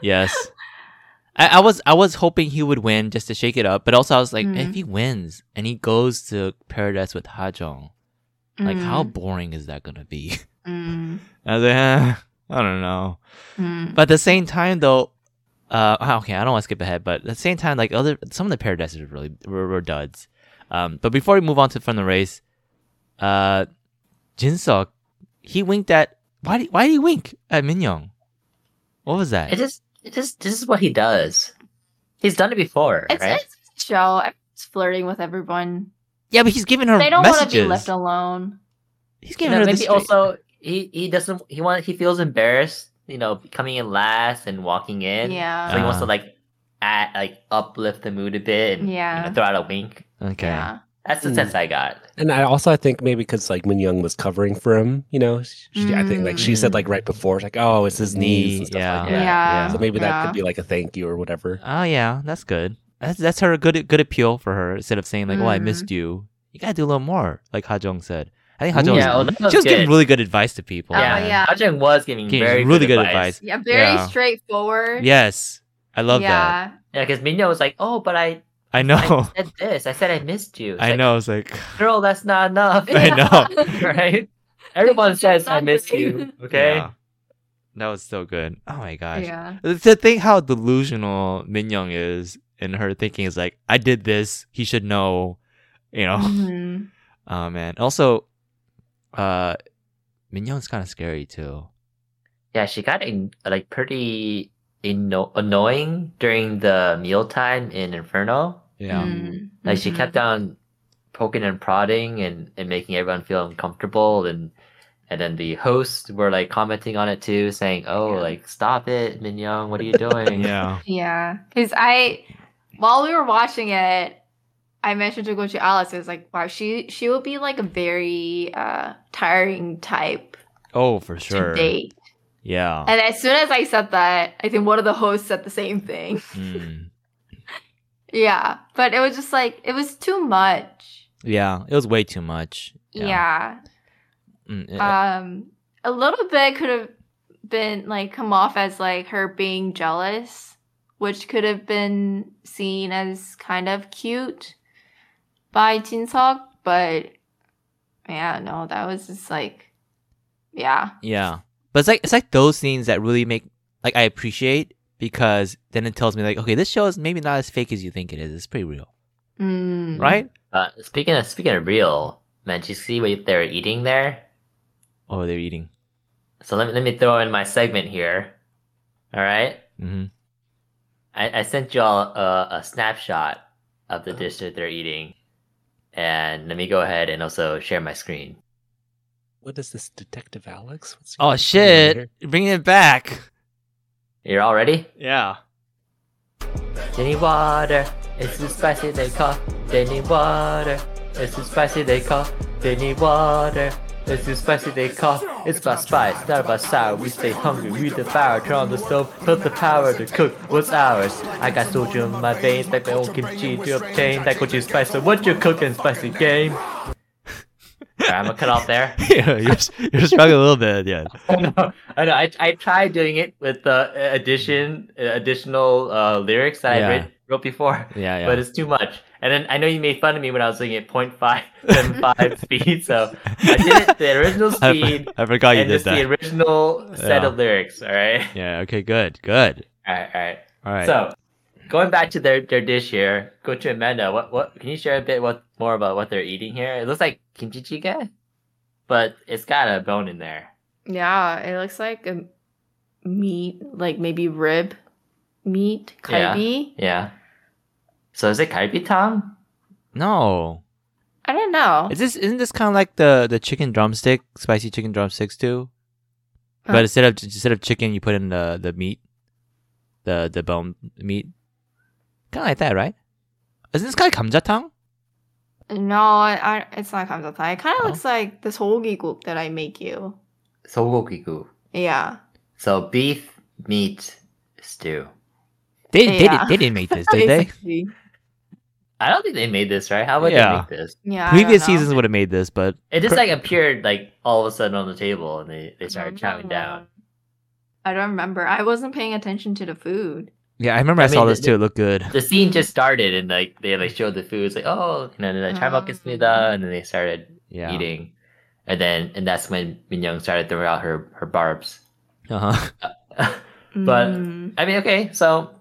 yes. I, I was I was hoping he would win just to shake it up, but also I was like, Mm. if he wins and he goes to paradise with Mm-hmm. Hajong, like how boring is that gonna be? <laughs> Mm. I was like, eh, I don't know. Mm. But at the same time, though, uh, ah, okay, I don't want to skip ahead, but at the same time, like other some of the paradises were really were, were duds. Um, but before we move on to from the race, uh, Jinseok, he winked at why did, why did he wink at Minyoung? What was that? It just, it just, this is what he does. He's done it before, It's, right? it's a show. Everyone's flirting with everyone. yeah, but he's giving her They don't want messages. to be left alone. He's You giving know, her maybe this. also he he doesn't he want he feels embarrassed, you know, coming in last and walking in. So yeah. he wants Uh-huh. to like add like uplift the mood a bit and you Yeah. know, throw out a wink. Oh, okay. Yeah. That's the Hmm. Mm. sense I got. And I also I think maybe because like Min Young was covering for him, you know, she, I think like she said Mm. like right before, like oh, it's his knees. Knee, and stuff yeah. Like Yeah. that. Yeah. So maybe that Yeah. could be like a thank you or whatever. Oh yeah, that's good. That's that's her good good appeal for her. Instead of saying like, "Oh, I Mhm. missed you," you gotta do a little more. Like Hajong said, I think Hajong Mm. was- Yeah, well, that was she was good. giving really good advice to people. Oh, man. yeah. Ajahn was giving Giving very really good advice. Yeah, very Yeah. straightforward. Yes, I love that. yeah. Yeah, because Minyo was like, "Oh, but I, I know. <laughs> I said this. I said I missed you." It's I like, know. It's like girl, that's not enough. <laughs> I know. <laughs> <laughs> right? Everyone says I miss you. Okay. Yeah. That was so good. Oh my gosh. Yeah. To think how delusional Min Young is in her thinking is like, I did this. He should know. You know. Mhm. Oh man. Also, uh, Min Young's kind of scary too. Yeah, she got in, like pretty anno- annoying during the mealtime in Inferno. Yeah. Mm. Like she Mhm. kept on poking and prodding and, and making everyone feel uncomfortable and and then the hosts were like commenting on it too, saying, Oh, Yeah. like stop it, Min Young, what are you Mm. doing? Yeah. Yeah, because I, while we were watching it, I mentioned to go to Alice. I was like, wow, she she will be like a very uh tiring type <laughs> Oh, for to sure. date. Yeah. And as soon as I said that, I think one of the hosts said the same thing. <laughs> Mm. yeah, but it was just like it was too much. Yeah. It was way too much. Yeah. Mm, it- Um, a little bit could have been like come off as like her being jealous, which could have been seen as kind of cute by Jin Seok, but yeah, no, that was just like, yeah, Yeah. But it's like it's like those scenes that really make like I appreciate because then it tells me like, okay, this show is maybe not as fake as you think it is. It's pretty real. mm. Right? Uh, speaking of speaking of real, man, did you see what they were eating there? Oh, they're eating. So let me let me throw in my segment here. All right. Mm-hmm. I, I sent y'all a, a snapshot of the dish that they're eating. And let me go ahead and also share my screen. What is this, Detective Alex? What's he Oh doing shit. here? Bringing it back. You're all ready? Yeah. Jenny water, it's too spicy they call Jenny water, it's too spicy they call Jenny water, it's too spicy they call It's about spice, not about sour, we stay hungry, we devour, turn on the stove, put the power to cook what's ours. I got soju in my veins, like my own kimchi to obtain, that what you spice, so what you cooking, spicy game? <laughs> I'm gonna cut off there. yeah <laughs> you're, s- you're struggling a little bit. <laughs> Yeah. I know. I know. I, I tried doing it with the uh, addition, uh, additional uh, lyrics that Yeah. I read, wrote before, Yeah. Yeah. but it's too much. And then I know you made fun of me when I was doing it <laughs> 0.575 speed, so I did it the original I, speed f- I forgot you and did just the that. original set Yeah. of lyrics. All right. Yeah. Okay. Good. Good. <laughs> All right. All right. All right. So going back to their, their dish here, go to Amanda. What what can you share a bit what more about what they're eating here? It looks like kimchi jjigae, but it's got a bone in there. Yeah, it looks like a meat, like maybe rib meat, Yeah. kalbi. Yeah. So is it Kaipi Tom? no. I don't know. Is this isn't this kind of like the the chicken drumstick, spicy chicken drumsticks too? Huh. But instead of instead of chicken, you put in the the meat, the the bone meat, kind of like that, right? Isn't this kind of kamjatang? no, I, I, it's not comes It kind of Oh. looks like this hoagie group that I make you. Sogokiku. Yeah. So beef meat stew. They they, Yeah. did, they didn't make this, did <laughs> they? Basically. I don't think they made this right. How would Yeah. they make this? Yeah. I Previous don't know. seasons would have made this, but It just like appeared like all of a sudden on the table, and they they started Mm. chowing down. I don't remember. I wasn't paying attention to the food. yeah, I remember I, I saw mean, this the- too. It looked good. The scene just started, and like they like showed the food. It's like oh, and then like Um. Charmakismida, and then they started <laughs> Yeah, eating, and then and that's when Minyoung started throwing out her her barbs. Uh huh. But- I Mm. mean, okay, so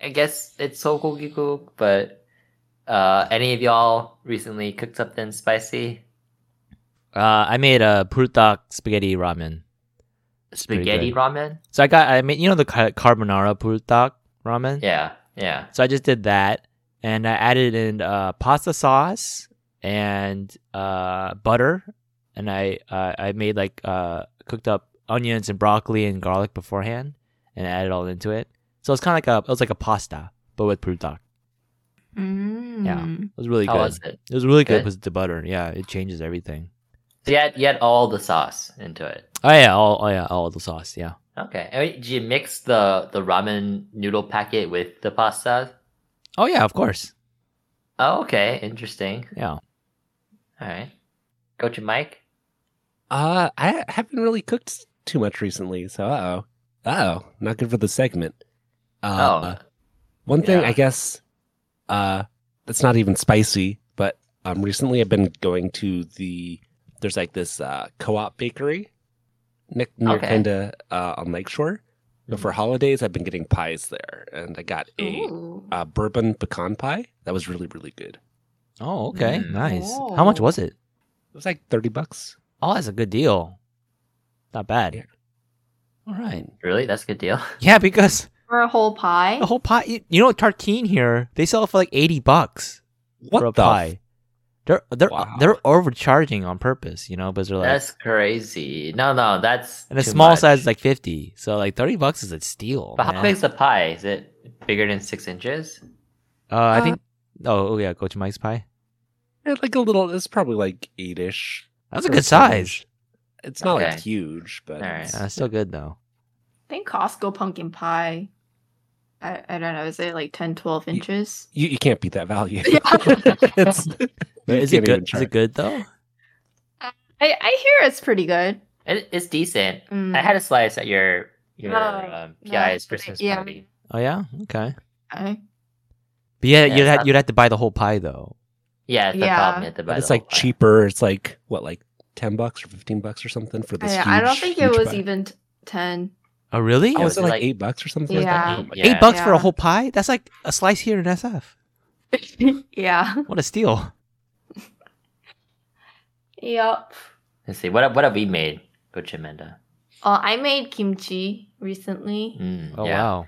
I guess it's sogogigo, but uh, any of y'all recently cooked something spicy? Uh, I made a purtak spaghetti ramen. pretty Spaghetti good. ramen? So I got I made you know the ca- carbonara purtak ramen. Yeah, yeah. So I just did that, and I added in uh, pasta sauce and uh, butter, and I uh, I made like uh, cooked up onions and broccoli and garlic beforehand, and added all into it. So it's kind of like a it was like a pasta, but with prutak. It Mm. was really How good. was it? It was really good Good? with the butter. Yeah, it changes everything. So you had, you had all the sauce into it. Oh yeah, all oh yeah, all the sauce. Yeah. Okay. I mean, did you mix the, the ramen noodle packet with the pasta? Oh yeah, of course. Oh, okay. Interesting. Yeah. All right. Go to Mike. Uh, I haven't really cooked too much recently, so uh oh, uh oh, not good for the segment. Uh, oh, one thing yeah. I guess, uh, that's not even spicy, but um, recently I've been going to the there's like this uh co-op bakery, ne- near Okay. kinda uh on Lakeshore. Mm-hmm. But for holidays, I've been getting pies there, and I got a Ooh. uh, bourbon pecan pie that was really really good. Oh okay, Mm. nice. How much Oh. was it? It was like thirty bucks. Oh, that's a good deal. Not bad. Yeah. All right. really? That's a good deal. Yeah, because For a whole pie? the whole pie, you, you know, tartine here they sell it for like eighty bucks What for a the f- pie. They're they're Wow. they're overcharging on purpose, you know, because they're like <laughs> That's crazy. No, no, that's and a too small much. size is like fifty, so like thirty bucks is a steal. But how man. big's the pie? Is it bigger than six inches? Uh, I Uh, think. Oh, oh yeah, Coach Mike's pie. Yeah, eh, like a little. It's probably like eight ish. That's a Or good size. seven-ish. It's not Okay. like huge, but All right. it's- Yeah, that's still good though. I think Costco pumpkin pie. I, I don't know. Is it like 10, 12 inches? you, you can't beat that value. <laughs> Yeah. <laughs> It's- you But is it can't even good? try Is it good though? I, I hear it's pretty good. It, it's decent. Mm. I had a slice at your your No, um, no, PI's but I- Christmas Oh, yeah. party. Oh yeah. Okay. I- But Yeah, yeah, you'd it's have not- you'd have to buy the whole pie though. Yeah, it's Yeah. the problem. At the But buy it's the like whole pie. cheaper. It's like what, like ten bucks or fifteen bucks or something for this. I, huge, I don't think it huge was pie. even t- 10. Oh really? Oh, Yeah, was it it's like, like- eight bucks or something? Yeah. Like that? Oh my Yeah. Eight bucks for a Yeah. whole pie? That's like a slice here in SF. yeah. What a steal! Yep. Let's see. What have- what have we made, Coach Amanda? Uh, I made kimchi recently. Mm, Oh yeah. wow.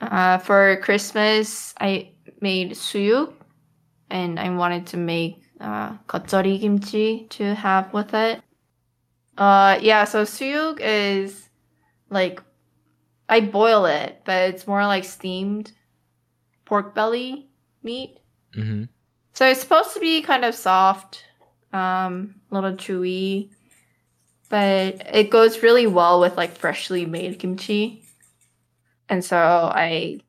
Uh, for Christmas, I made suyuk, and I wanted to make uh, gatchari kimchi to have with it. Uh, yeah, so suyuk is like I boil it, but it's more like steamed pork belly meat. Mm-hmm. So it's supposed to be kind of soft, um, a little chewy, but it goes really well with like freshly made kimchi. And so I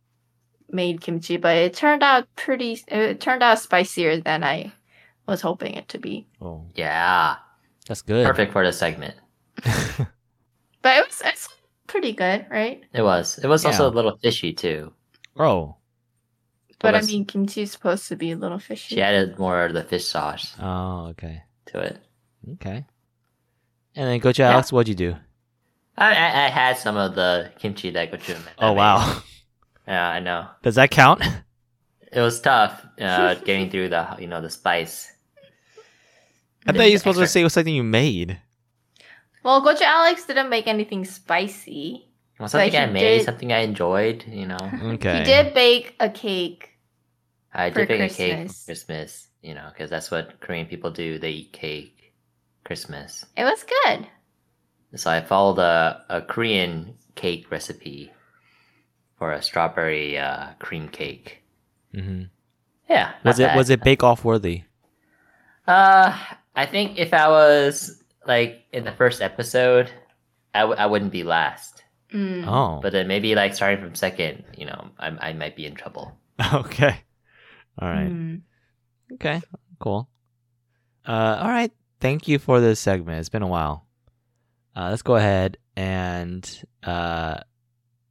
made kimchi, but it turned out pretty. It turned out spicier than I was hoping it to be. Oh, Yeah. that's good. Perfect for the segment. But it was it's pretty good, right? It was. It was also Yeah. a little fishy too. Bro. But I that's- mean, kimchi is supposed to be a little fishy. She added more of the fish sauce Oh, okay. to it. Okay. And then Coach Yeah. Alex, what'd you do? I, I, I had some of the kimchi that Coach Amanda. oh made. wow. Yeah, I know. <laughs> Does that count? It was tough <laughs> uh, getting through the you know the spice. I thought The you were supposed to <laughs> extra- say it was something you made. Well, Gocha Alex didn't make anything spicy. Well, something he I made, did- something I enjoyed. You know, Okay. He did bake a cake. I For did bake a cake Christmas. for Christmas. You know, because that's what Korean people do. They eat cake Christmas. It was good. So I followed a, a Korean cake recipe for a strawberry uh, cream cake. hmm Yeah, Was it was it bake off worthy? Uh, I think if I was like in the first episode, I w- I wouldn't be last. Mm. Oh. Mm-hmm. But then maybe like starting from second, you know, I I might be in trouble. <laughs> okay. All right. Mm. Mm-hmm. Okay. Cool. Uh, all right. Thank you for this segment. It's been a while. Uh, let's go ahead and uh,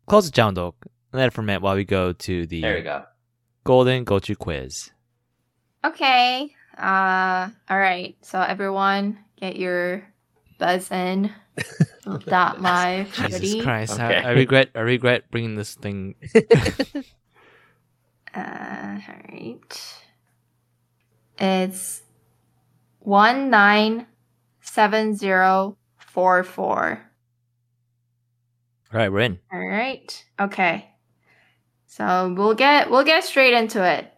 close the jandok. Let it ferment while we go to the There we go. golden gochu quiz. Okay. Uh, all right. So everyone, get your Bezin. <laughs> dot live. <laughs> Jesus Ready? Christ, I- Okay. I, regret I regret bringing this <laughs> thing. Uh, all right. It's one nine seven zero four four. All right, we're in. All right. Okay. So we'll get we'll get straight into it.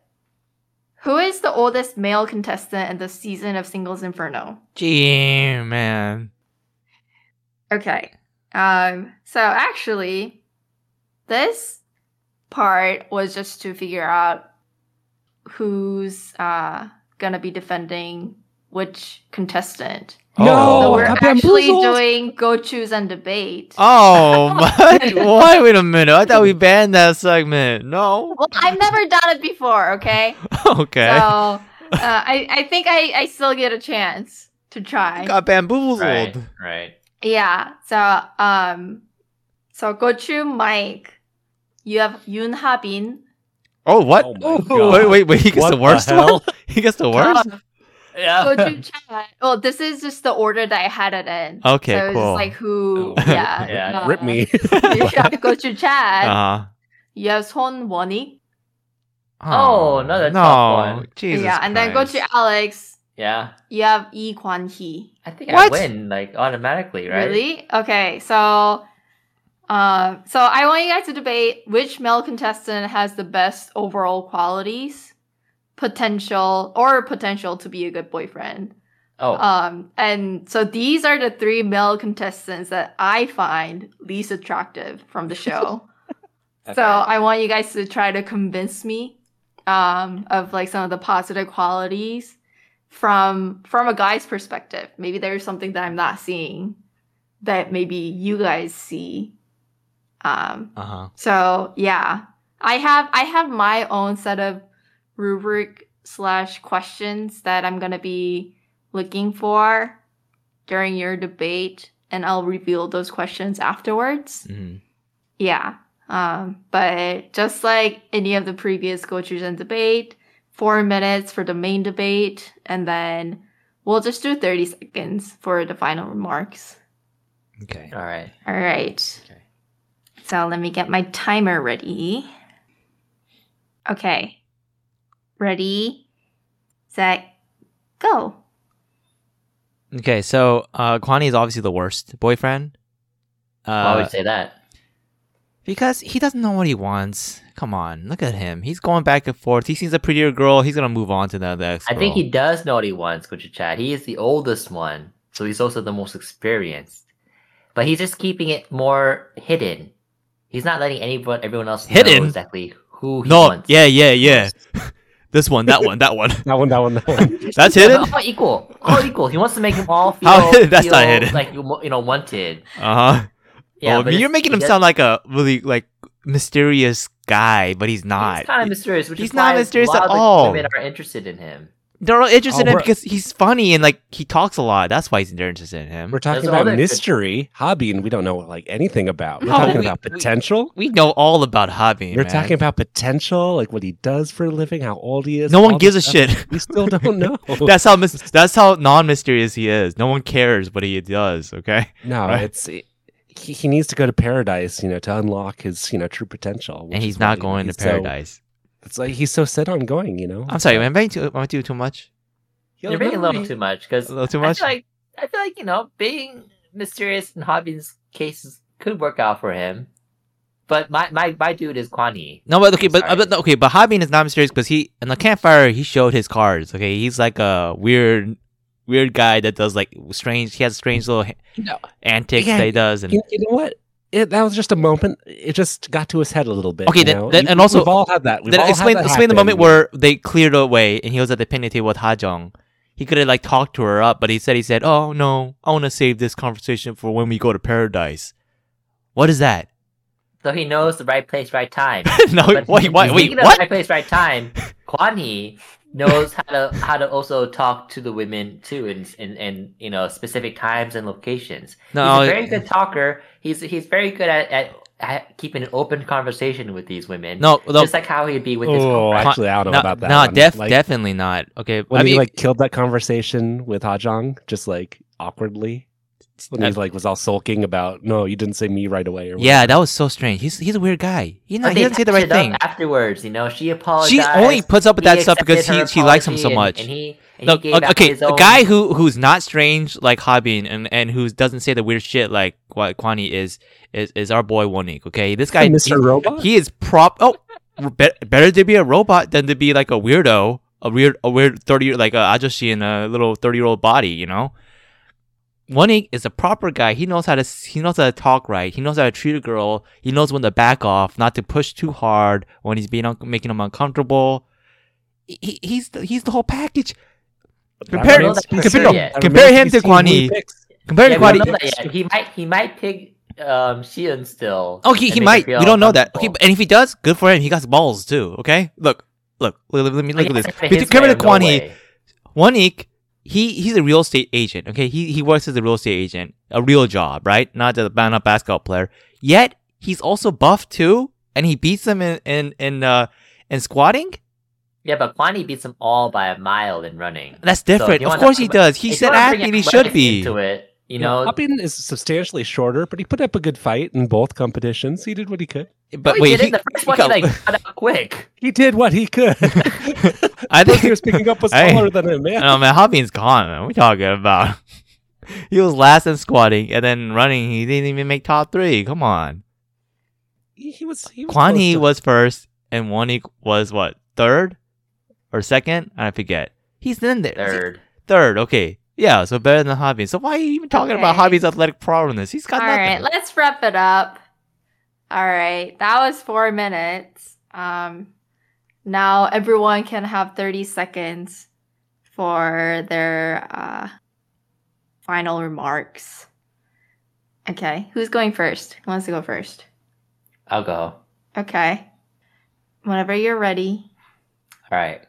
Who is the oldest male contestant in the season of Singles Inferno? Gee, man. Okay. Um, so actually, this part was just to figure out who's uh, gonna be defending which contestant. No, So Oh, we're <laughs> I actually bamboozled. doing go choose and debate. Oh, what? Why? Wait a minute. I thought we banned that segment. <laughs> No. Well, I've never done it before. Okay, Okay. so uh, I I think I I still get a chance to try. Got bamboozled. Right. Right. Yeah. So um, so go to Mike. You have Yoon Ha Bin. Oh, what? Oh my God. Wait, wait, wait. He gets What the worst the one? <laughs> hell? He gets the worst? <laughs> go Yeah. to <laughs> chat. Well, this is just the order that I had it in. Okay, so it was cool. Just like who? Oh, Yeah, yeah, uh, Rip me. <laughs> yeah, go to chat. Uh-huh. You have Son Woni. Oh, another no. tough one. Jesus Yeah, and then go Christ. to Alex. Yeah. You have Yi Kwan Hee. I think What? I win like automatically, right? Really? Okay, so. Uh, so I want you guys to debate which male contestant has the best overall qualities, potential, or potential to be a good boyfriend. Oh. Um, and so these are the three male contestants that I find least attractive from the show. <laughs> so I want you guys to try to convince me um, of like some of the positive qualities from from a guy's perspective. Maybe there's something that I'm not seeing that maybe you guys see. Um, Uh-huh. so yeah, I have I have my own set of rubric slash questions that I'm gonna be looking for during your debate, and I'll reveal those questions afterwards. Mhm. Yeah. Um, but just like any of the previous go choose and debate, four minutes for the main debate, and then we'll just do 30 seconds for the final remarks. Okay. All right. All right. Okay. So let me get my timer ready. Okay. Ready, set, go. Okay, so uh, Kwani is obviously the worst boyfriend. Why would Uh, you say that? because he doesn't know what he wants. Come on, look at him. He's going back and forth. He sees a prettier girl. He's gonna move on to the next. I think girl. he does know what he wants, Coach Chad. He is the oldest one, so he's also the most experienced. But he's just keeping it more hidden. He's not letting anyone, everyone else Hidden? know exactly who he No, wants. yeah, yeah, yeah. <laughs> this one, that one, that one. <laughs> <laughs> that one, that one, that one. That's They're hidden. all equal, all equal. He wants to make them all feel. <laughs> How- that's feel not hidden. Like you, you know, wanted. Uh huh. Yeah, oh, but you're it's- making he him does- sound like a really like mysterious guy, but he's not. He's kind of mysterious. Which He's is not why mysterious a lot at of the all. Women are interested in him. They're all interested in Oh, him we're- because he's funny and like he talks a lot. That's why they're interested in him. We're talking There's about other good- mystery, hobby, and we don't know like anything about. We're Oh, talking we- about we- potential. We know all about Javi. We, are talking about potential, like what he does for a living, how old he is. No one all gives a this stuff. <laughs> shit. We <laughs> still don't know. That's how mis- that's how non-mysterious he is. No one cares what he does. Okay. no, <laughs> right. it's he, he needs to go to paradise, you know, to unlock his you know true potential. which and he's is why not going to he's so- paradise. it's like he's so set on going, you know. I'm sorry, am I being too, am I doing too much? You're making a little too much because A little too I much? feel like I feel like you know being mysterious in Hobbin's cases could work out for him, but my my, my dude is Quan Hee. No, but okay, I'm but, uh, sorry. but no, okay, but Habin is not mysterious because he in the campfire he showed his cards. Okay, he's like a weird, weird guy that does like strange. He has strange little ha- No. antics Yeah, that he does, and You, you know what? It, that was just a moment. It just got to his head a little bit. Okay, you then- know? then- You- and also- we've all had that. We've then all had explain that explain the happen. moment where they cleared away and he was at the picnic table with Hajong. He could have like talked to her up, but he said he said, "Oh no, I want to save this conversation for when we go to paradise." What is that? <laughs> So he knows the right place, right time. no, But <laughs> wait, wait, wait, speaking of what? right place, right <laughs> time. Quan Hee knows how to how to also talk to the women too, in in, in you know specific times and locations. he's a very good talker. He's he's very good at, at, at keeping an open conversation with these women. no, no, just like how he'd be with his. Oh, girlfriend. actually, I don't no, know about that. no, one. def- Like, definitely not. Okay, when I he mean, like killed that conversation with Hajong, just like awkwardly. when he like was all sulking about no, you didn't say me right away or uh, yeah, whatever. that was so strange. He's he's a weird guy. You know, But he they doesn't say the patched right it up thing. Afterwards, you know, she apologized. She only puts up with he that stuff because accepted he- her she likes him so apology, much. And, and he, and No, he gave o- back okay, his a own- guy who who's not strange like Harbin and and who doesn't say the weird shit like what Kwani is is is our boy Wonik. Okay, this guy, Hey, he- Mr. Robot. He is prop. Oh, be- better to be a robot than to be like a weirdo, a weird, a weird thirty like a Ajoshi in a little thirty year old body. You know, One is a proper guy. He knows how to s- he knows how to talk right. He knows how to treat a girl. He knows when to back off, not to push too hard when he's being un- making him uncomfortable. He- He, he's the, he's the whole package. Compare, know that compare, person no, yet. compare him to Kwani. Compare Yeah, to we don't Kwani. know that yet. He might he might pick um Sheehan still. Oh, he, and he make her might. We feel don't know that. Okay, uncomfortable. but- and if he does, good for him. He got balls too. Okay, look, look, look let me look Like, at this. that's his Between Kevin way and or no Kwani, way. one Eek, he he's a real estate agent. Okay, he he works as a real estate agent, a real job, right? Not a not a basketball player. Yet he's also buff too, and he beats him in in in uh in squatting. Yeah, but Kwani beats them all by a mile in running. That's if different. you of wanna course he put- does. He's an athlete. He should be. To it, you know, know. Hopin is substantially shorter, but he put up a good fight in both competitions. He did what he could. But he wait, did he- it the first he one. got- He <laughs> like got out quick. He did what he could. <laughs> I What he think was picking up <laughs> was Hey. taller than him, man. Oh man, Hobby's gone. Man. What we talking about? <laughs> he was last in squatting and then running. He didn't even make top three. Come on. He, he was. He was. Quan close Hee to- was first, and Wanik was what third or second? I forget. He's in there. Third. Third, Okay. Yeah. So better than Hobby. So why are you even talking about Okay. Hobby's athletic prowess? He's got All nothing. right, let's wrap it up. All right, that was four minutes. Um, now everyone can have thirty seconds for their uh, final remarks. Okay, who's going first? Who wants to go first? I'll go. All Okay, whenever you're ready. right.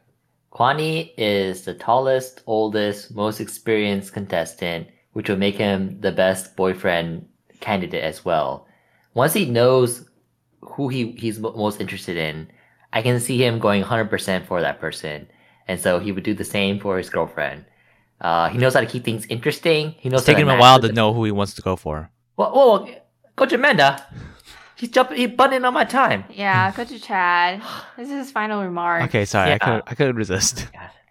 Kwani is the tallest, oldest, most experienced contestant, which will make him the best boyfriend candidate as well. Once he knows who he, he's mo- most interested in, I can see him going 100% for that person. And so he would do the same for his girlfriend. Uh, he knows how to keep things interesting. He knows It's taking how him to a match while with to know who he wants to go for. Whoa, whoa, Coach Amanda, he's jumping, he's butting on my time. Yeah, go to <gasps> Chad. This is his final remark. Okay, sorry, I Yeah. couldn't. I couldn't resist.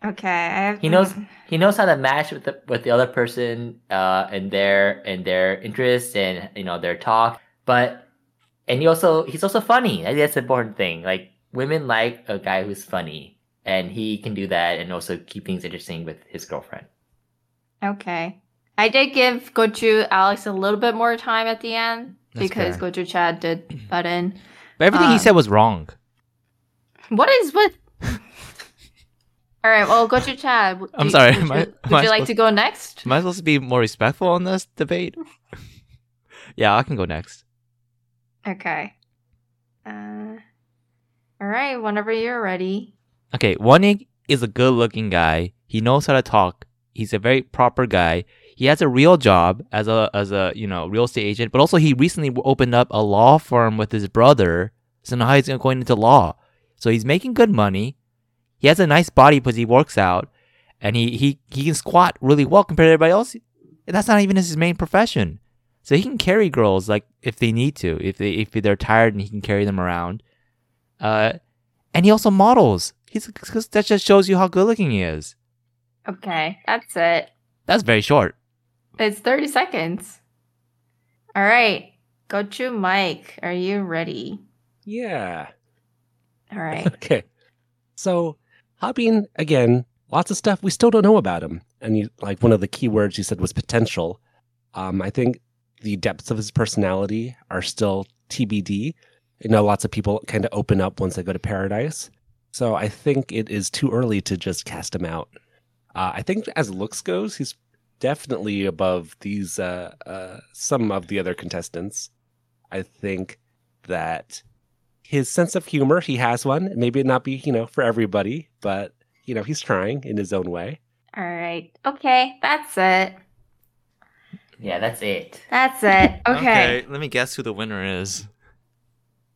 Okay. I have He knows he knows how to match with the with the other person uh, and their and their interests and you know their talk. But and he also he's also funny. I think that's the important thing. Like women like a guy who's funny, and he can do that and also keep things interesting with his girlfriend. Okay. I did give Goju Alex a little bit more time at the end That's because fair. Goju Chad did butt in. But everything he Uh, said was wrong. What is <laughs> with? All right. Well, Goju Chad. w- I'm do- sorry, Would you, am I- would am I you like supposed- to go next? Am I supposed to be more respectful on this debate? <laughs> yeah, I can go next. Okay. Uh, all right. Whenever you're ready. Okay, Wanig is a good looking guy. He knows how to talk. He's a very proper guy. He has a real job as a as a you know real estate agent, but also he recently w- opened up a law firm with his brother. So now he's going into law. So he's making good money. He has a nice body because he works out, and he he he can squat really well compared to everybody else. And that's not even his main profession. So he can carry girls like if they need to, if they if they're tired and he can carry them around. Uh, and he also models. He's 'cause that just shows you how good looking he is. Okay. That's it. That's very short. It's 30 seconds. All right. Goju Mike, are you ready? Yeah. All <laughs> <laughs> right. Okay. So, Hobin, again, lots of stuff we still don't know about him. And you, like one of the key words you said was potential. Um, I think the depths of his personality are still TBD. You know, lots of people kind of open up once they go to paradise. So I think it is too early to just cast him out. Uh, I think as looks goes, he's definitely above these uh, uh, some of the other contestants. I think that his sense of humor he has one maybe it not be you know for everybody but you know he's trying in his own way All right. Okay. That's it. Yeah, that's it. <laughs> That's it. Okay. Let me guess who the winner <laughs> is.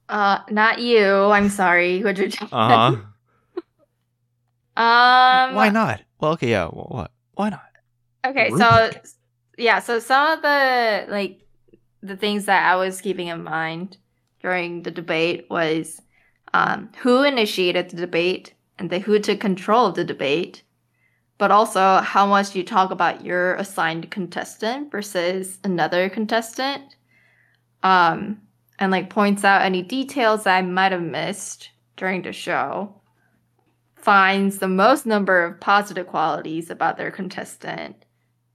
Uh, not you. I'm sorry. Would you? Uh huh. Um. Why not? Well, okay, yeah. wh- What? Why not? Okay, so Rubric. yeah, so some of the like the things that I was keeping in mind during the debate was um, who initiated the debate and the who took control of the debate, but also how much you talk about your assigned contestant versus another contestant, um, and like points out any details that I might have missed during the show. Finds the most number of positive qualities about their contestant,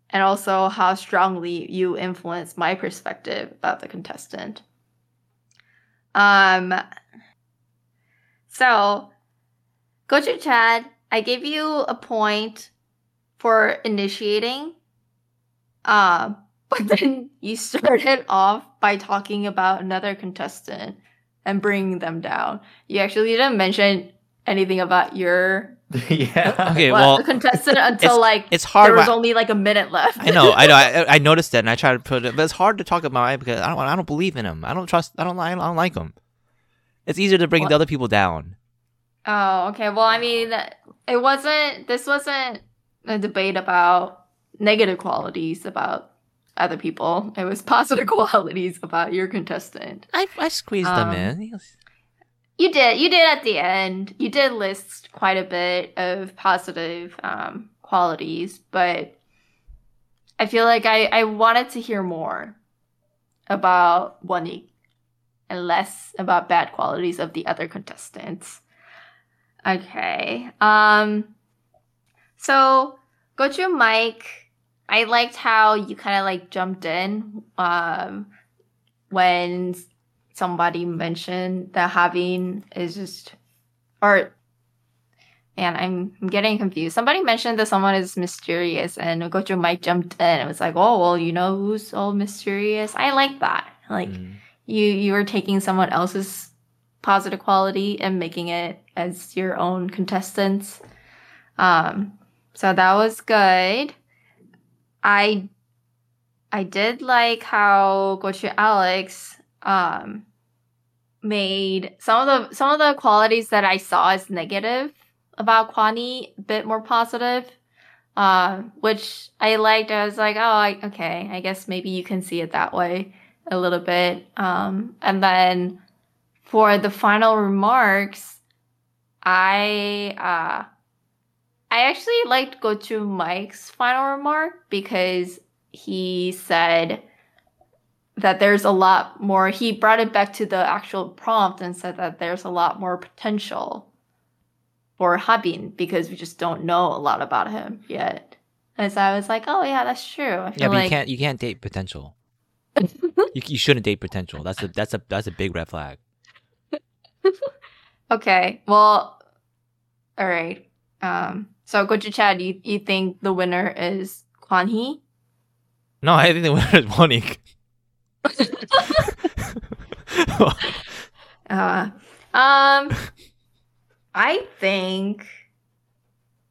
and also how strongly you influence my perspective about the contestant. Um, so go to Chad. I gave you a point for initiating, uh, <laughs> but then you started off by talking about another contestant and bringing them down. You actually didn't mention anything about your yeah. Okay, well, well, the contestant until like it's hard. there was when- only like a minute left. I know, I know, <laughs> I, I noticed that, and I try to put it, but it's hard to talk about it because I don't, I don't believe in him. I don't trust. I don't, I don't like him. It's easier to bring What? the other people down. Oh, okay. Well, I mean, it wasn't. This wasn't a debate about negative qualities about other people. It was <laughs> positive qualities about your contestant. I, I squeezed Um, them in. You did. You did at the end. You did list quite a bit of positive um, qualities, but I feel like I, I wanted to hear more about one e- and less about bad qualities of the other contestants. Okay. Um. So go to Mike. I liked how you kind of like jumped in um, when somebody mentioned that having is just or and I'm, I'm getting confused. Somebody mentioned that someone is mysterious and Gojo Mike jumped in and was like, Oh well, you know who's all mysterious? I like that. Like Mm. you you are taking someone else's positive quality and making it as your own contestants. Um so that was good. I I did like how Gochu Alex um made some of the some of the qualities that I saw as negative about Kwani a bit more positive. Uh, which I liked. I was like, oh, I, okay, I guess maybe you can see it that way a little bit. Um, and then for the final remarks, I uh, I actually liked go to Mike's final remark because he said that there's a lot more. He brought it back to the actual prompt and said that there's a lot more potential for Habin because we just don't know a lot about him yet. And so I was like, oh yeah, that's true. I Yeah, feel but you like can't, you can't date <laughs> potential. you, you shouldn't date potential. That's a, that's a, that's a big red flag. Okay. Well, all right. Um, so go to Chad. You, you think the winner is Kwan Hee? No, I think the winner is <laughs> Monique. Uh, um, I think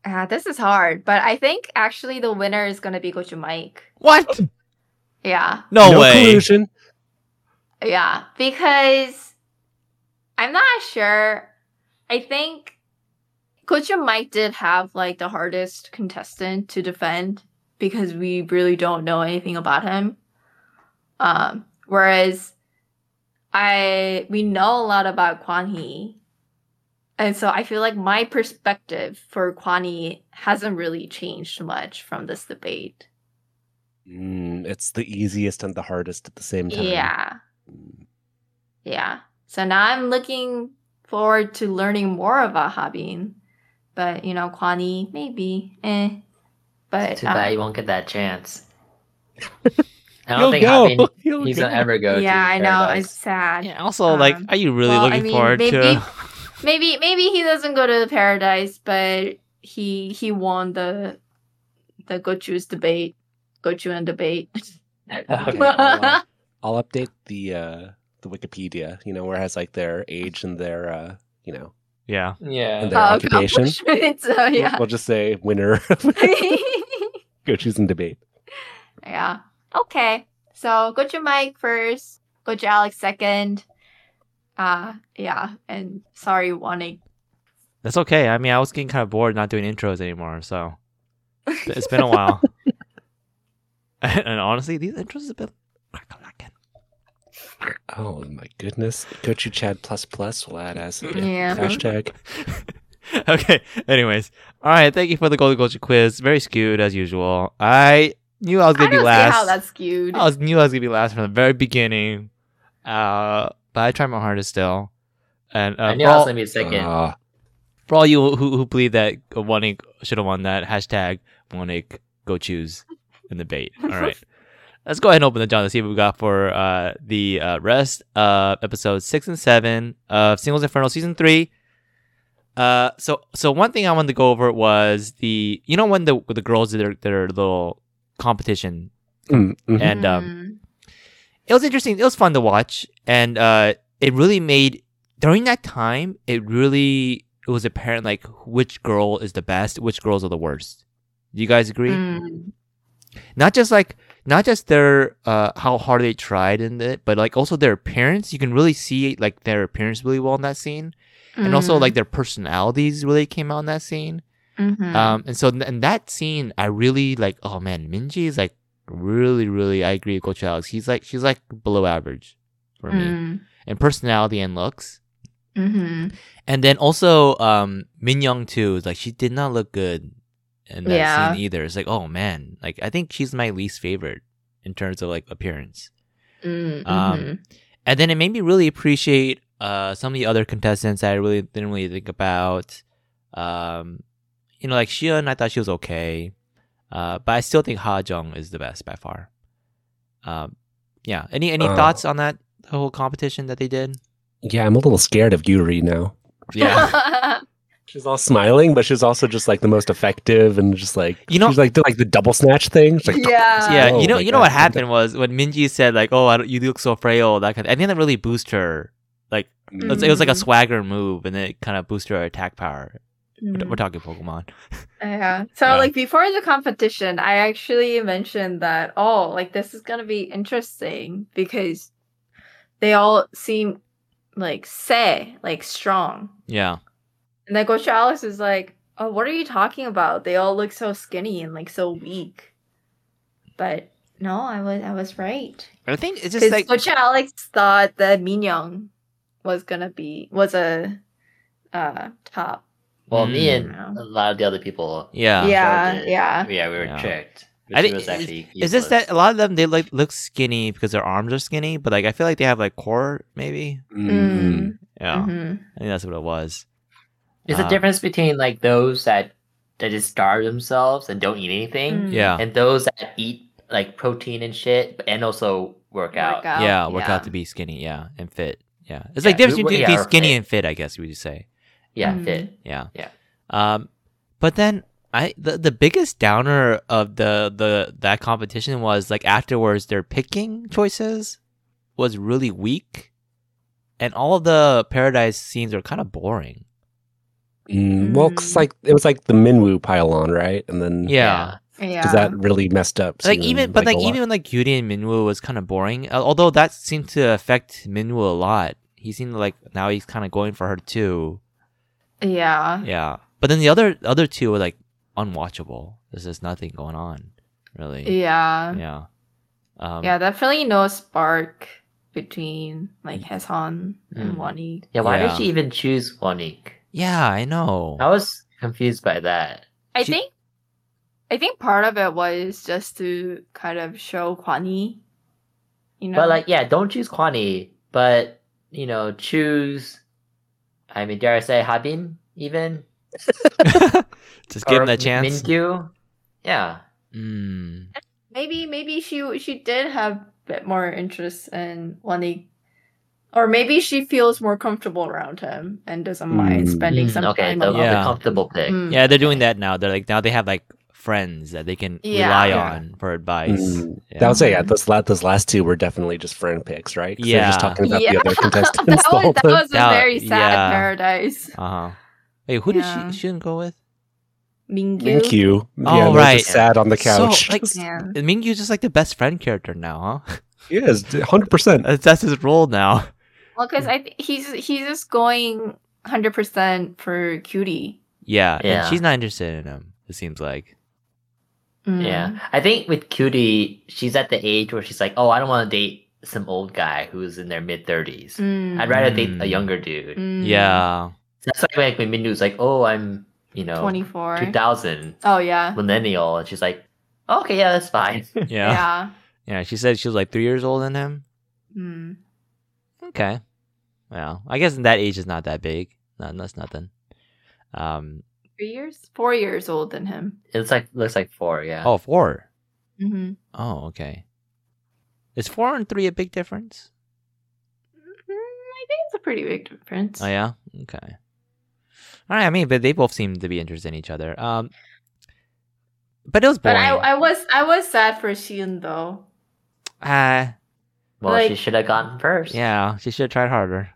uh, this is hard, but I think actually the winner is gonna be Go to Mike. what? Yeah, No, way. collusion. yeah, because I'm not sure. I think Go to Mike did have like the hardest contestant to defend because we really don't know anything about him. Um, whereas I we know a lot about Quan Hee. And so I feel like my perspective for Quan Hee hasn't really changed much from this debate. Mm, it's the easiest and the hardest at the same time. Mm. Yeah. Yeah. So now I'm looking forward to learning more about Habin. But you know, Quan Hee, maybe. Eh. But Too um, bad you won't get that chance. I You'll don't think go. Javi- <laughs> You'll he's <laughs> go. gonna ever go. to yeah, I know. It's Paradise. sad. Yeah, also, like, Um, are you really well, I looking mean, forward maybe- to? <laughs> maybe maybe he doesn't go to the paradise, but he he won the the Gochu's debate, Gochu and debate. <laughs> Okay, <laughs> I'll, uh, I'll update the uh, the Wikipedia. You know, where it has like their age and their uh, you know Yeah. and yeah. their occupation. accomplishment, so Oh, <laughs> yeah. We'll just say winner. <laughs> <laughs> Go choose and debate. yeah. Okay. So Gochu Mike first, Gochu Alex second. Uh yeah, and sorry warning. That's okay. I mean, I was getting <laughs> kind of bored not doing intros anymore, so it's been a while. <laughs> and honestly, these intros have been crack-a-lackin'. Oh my goodness. Gochu Chad plus plus will add as a Yeah. hashtag. <laughs> okay. Anyways, all right. Thank you for the golden culture quiz. Very skewed as usual. I knew I was I gonna don't be see how last. that's skewed. I was knew I was gonna be last from the very beginning. Uh, but I tried my hardest still. And uh, I knew for, I all, was gonna be second. Ah, for all you who, who believe that Wanik should have won that hashtag Wanik go choose in the bait. All right. Let's go ahead and open the John to see what we got for uh, the uh, rest of episodes six and seven of Singles Inferno season three. Uh, so so one thing I wanted to go over was the you know when the the girls did their, their little competition mm, Mm-hmm. mhm. and um it was interesting. It was fun to watch, and uh, it really made during that time. It really it was apparent like which girl is the best, which girls are the worst. Do you guys agree? Mm. Not just like not just their uh, how hard they tried in it, but like also their appearance. You can really see like their appearance really well in that scene, and also Mm. like their personalities really came out in that scene. Mhm. Um, and so in in that scene, I really like. Oh man, Minji is like really, really. I agree with Coach Alex. He's like she's like below average for me Mm. in personality and looks. Mhm. And then also, um, Min Young too is like she did not look good in that Yeah. scene either. It's like oh man, like I think she's my least favorite in terms of like appearance. Mm, Um, mhm. And then it made me really appreciate uh, some of the other contestants that I really didn't really think about. Um, you know, like Shion, I thought she was okay, uh, but I still think Ha Jung is the best by far. Um, yeah. Any any Uh. thoughts on that the whole competition that they did? yeah, I'm a little scared of Yuri now. <laughs> Yeah. She's all smiling, but she's also just like the most effective and just like You know- she's like did, like the double snatch thing. She's like, yeah. yeah. Oh you know my you know God. what happened was when Minji said like, "Oh, I don't, you look so frail," that kind. Of, I think that really boosted her. Like it was, it was like a Mhm. swagger move, and it kind of boosted her attack power. We're, Mm. we're talking Pokemon. Yeah. So Yeah. like before the competition, I actually mentioned that oh, like this is gonna be interesting because they all seem like say like strong, Yeah. and then Coach Alex is like, oh, what are you talking about? They all look so skinny and like so weak. But no, I was I was right. I think it's just Because like Coach Alex thought that Minyoung was gonna be was a uh top. Well, me Mm. and a lot of the other people. Yeah. yeah, Sure did. yeah. Yeah, we were Yeah. tricked. She I think- was actually It's just useless. that a lot of them they like look skinny because their arms are skinny, but like I feel like they have like core maybe. Mm. Yeah, Mhm. I think that's what it was. It's the Uh, difference between like those that that just starve themselves and don't eat anything, Mm. Yeah, and those that eat like protein and shit, but- and also work out. yeah, work out to be skinny, yeah, and fit. Yeah, it's like Yeah, difference we- we between being are skinny fit. and fit, I guess we would say. Yeah, Mm. fit. Yeah, Yeah. Um, but then I the, the biggest downer of the the that competition was like afterwards their picking choices was really weak, and all of the paradise scenes are kind of boring. Mm, well, 'cause, Mm. like it was like the Minwoo pile on, right? And then yeah. Yeah. 'cause that really messed up. like Soon, even but like, a lot. even like Yuri and Minwoo was kind of boring. Al- Although that seemed to affect Minwoo a lot. He seemed like now he's kind of going for her too. Yeah. Yeah. But then the other other two were like unwatchable. There's just nothing going on, really. Yeah. Yeah. Yeah. Um, definitely no spark between like Hesan and Mm. Wani. Yeah, why Yeah. did she even choose Wanique? Yeah, I know. <laughs> I was confused by that. I She- think I think part of it was just to kind of show Kwani. You know. But like, yeah, don't choose Kwani, but you know, choose. I mean, dare I say Habin even? just Or give him Min- a chance. Mingyu? Yeah, Mm. maybe maybe she she did have a bit more interest in Wani. Or maybe she feels more comfortable around him and doesn't mind Mm. spending Mm, some okay, time the, the alone. Yeah. comfortable pick. Mm. Yeah, they're doing that now. They're like now they have like friends that they can Yeah. rely Yeah. on for advice. Mm. Yeah. that was it. Yeah, those last those last two were definitely just friend picks, right? 'Cause they were just Yeah. talking about Yeah. the other <laughs> <laughs> that, contestants. the whole was, that time. was a Yeah, very sad yeah. paradise. uh-huh. Wait, who Yeah. did she shouldn't go with? Mingyu. Thank you. Oh, yeah, they were right. Just sat on the So, couch. like- Yeah. And Mingyu's just like the best friend character now, huh? <laughs> he is hundred percent. That's- That's his role now. Well, because I th- he's he's just going hundred percent for cutie. Yeah, Yeah. and she's not interested in him. It seems like. Mm. Yeah. I think with Cutie, she's at the age where she's like, oh, I don't want to date some old guy who's in their mid 30s. Mm. I'd rather date a Mm. younger dude. Mm. Yeah. That's like, like when Mindu's like, oh, I'm, you know, 24. 2000 Oh, yeah. millennial. And she's like, okay, yeah, that's <laughs> fine. Yeah. Yeah. Yeah. She said she was like three years older than him. Mm. Okay. Well, I guess that age is not that big. No, that's nothing. Um. Three years? Four years old than him. It's like, looks like four, yeah. Oh, four. Mm-hmm. Oh, okay. Is four and three a big difference? Mm, I think it's a pretty big difference. Oh yeah. Okay. All right. I mean, but they both seem to be interested in each other. Um. But it was But boring. I, I was I was sad for Sheen though. uh, Well, she Like- should have gotten first. yeah. She should have tried harder.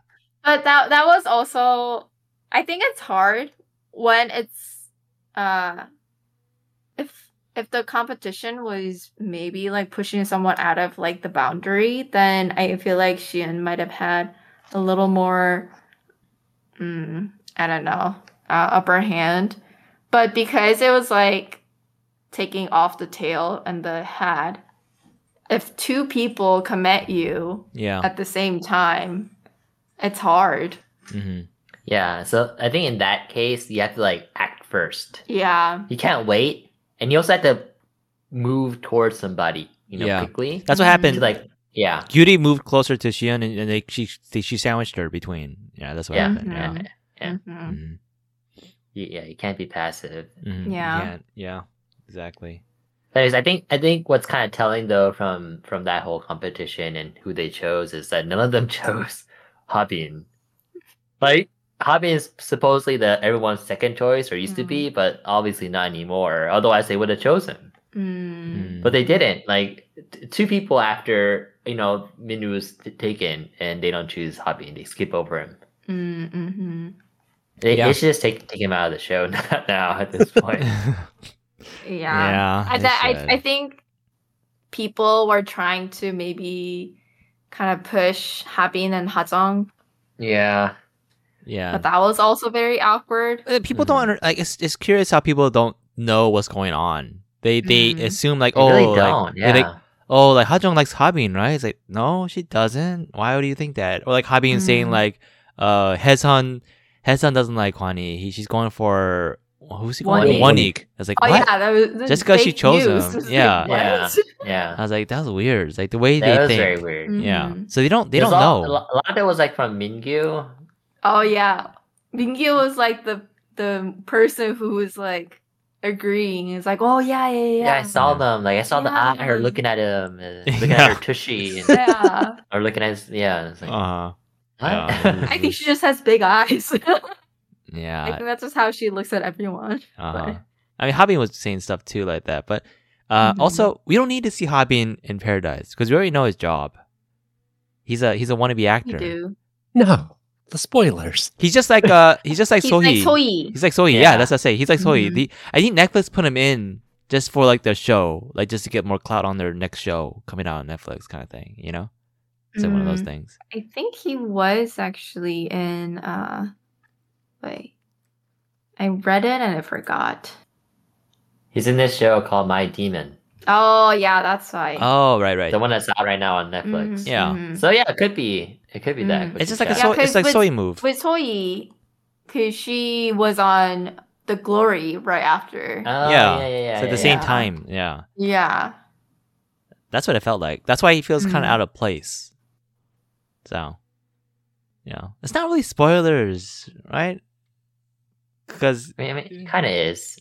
But that that was also I think it's hard when it's uh if if the competition was maybe like pushing someone out of like the boundary, then I feel like Sheehan might have had a little more mm, I don't know, uh, upper hand. But because it was like taking off the tail and the head, if two people come at you, Yeah. at the same time. It's hard. hmm Yeah. So I think in that case, you have to like act first. Yeah. You can't wait. And you also have to move towards somebody, you know, Yeah. quickly. That's To, what happened. mm-hmm. like, yeah. Cutie moved closer to Shion, and, and they, she they, she sandwiched her between. Yeah, that's what Yeah. happened. Yeah. Mhm. Yeah. Mhm. Mhm. You, yeah. You can't be passive. Mhm. Yeah. yeah. Yeah. Exactly. That is, I think, I think what's kind of telling though from from that whole competition and who they chose is that none of them <laughs> chose Hobin. Like Hobin is supposedly the everyone's second choice or used to Mm. be, but obviously not anymore. Otherwise, they would have chosen. Mm. Mm. But they didn't. Like t- two people after you know Minu was t- taken, and they don't choose Hobin. They skip over him. Mm. mhm. They, Yeah. they should just take take him out of the show <laughs> not now at this <laughs> point. Yeah. yeah. I, they that, should. I, I think people were trying to maybe kind of push Habin and Hazong, yeah, yeah. but that was also very awkward. Uh, people don't under, like. It's, it's curious how people don't know what's going on. They they Mhm. assume like they oh really like, don't. they're Yeah, like, oh like Hajong likes Habin right? It's like no she doesn't. Why would you think that? Or like Habin saying Mhm. like uh Hesun Hesun doesn't like Hwani. He she's going for who's he going? Wonnie. Wanik. It's like Oh what? yeah, that was that Just was 'cause she fake chose news. him. It was Yeah. <laughs> like, yeah, what? Uh, yeah. I was like that's weird. It's like the way That they was think. very weird. Yeah. Mhm. So they don't they There's don't a know. lot- A lot, a lot of it was like from Mingyu. Oh yeah, Mingyu was like the the person who was like agreeing. It's like, oh yeah, yeah, yeah. Yeah, I saw them. Like I saw the Yeah. eye, her looking at him, <laughs> and looking Yeah. at her tushy, and, yeah. or looking at his yeah. It's like, uh-huh. what? <laughs> yeah. I think she just has big eyes. <laughs> I Yeah. think that's just how she looks at <laughs> everyone. Uh-huh. I mean, Hobin was saying stuff too like that, but uh, Mhm. also we don't need to see Hobin in Paradise because we already know his job. He's a he's a wannabe You actor. do. No, the spoilers. He's just like uh he's just like <laughs> He's Sohee. like Sohee. He's like Sohee. Yeah. Yeah. that's what I say. He's like Sohee. Mhm. The, I think Netflix put him in just for like their show, like just to get more clout on their next show coming out on Netflix, kind of thing. You know, it's like one of those Mm. things. I think he was actually in uh wait. I read it and I forgot. He's in this show called My Demon, Oh yeah, that's right. Oh right, right. the one that's out right now on Netflix. Mhm, Yeah. mhm. So yeah, it could be. It could be Mm. that. what you It's just like a said. Yeah, Sohee, it's 'cause like with- Sohee move. With Sohee, cause she was on The Glory right after. Oh, Yeah. yeah, yeah, yeah. It's at yeah, the same yeah. time. Yeah, yeah. that's what it felt like. That's why he feels kind of Mhm. out of place. So, yeah, it's not really spoilers, right? Because yeah. I mean, I Mm. mean, it kind of is.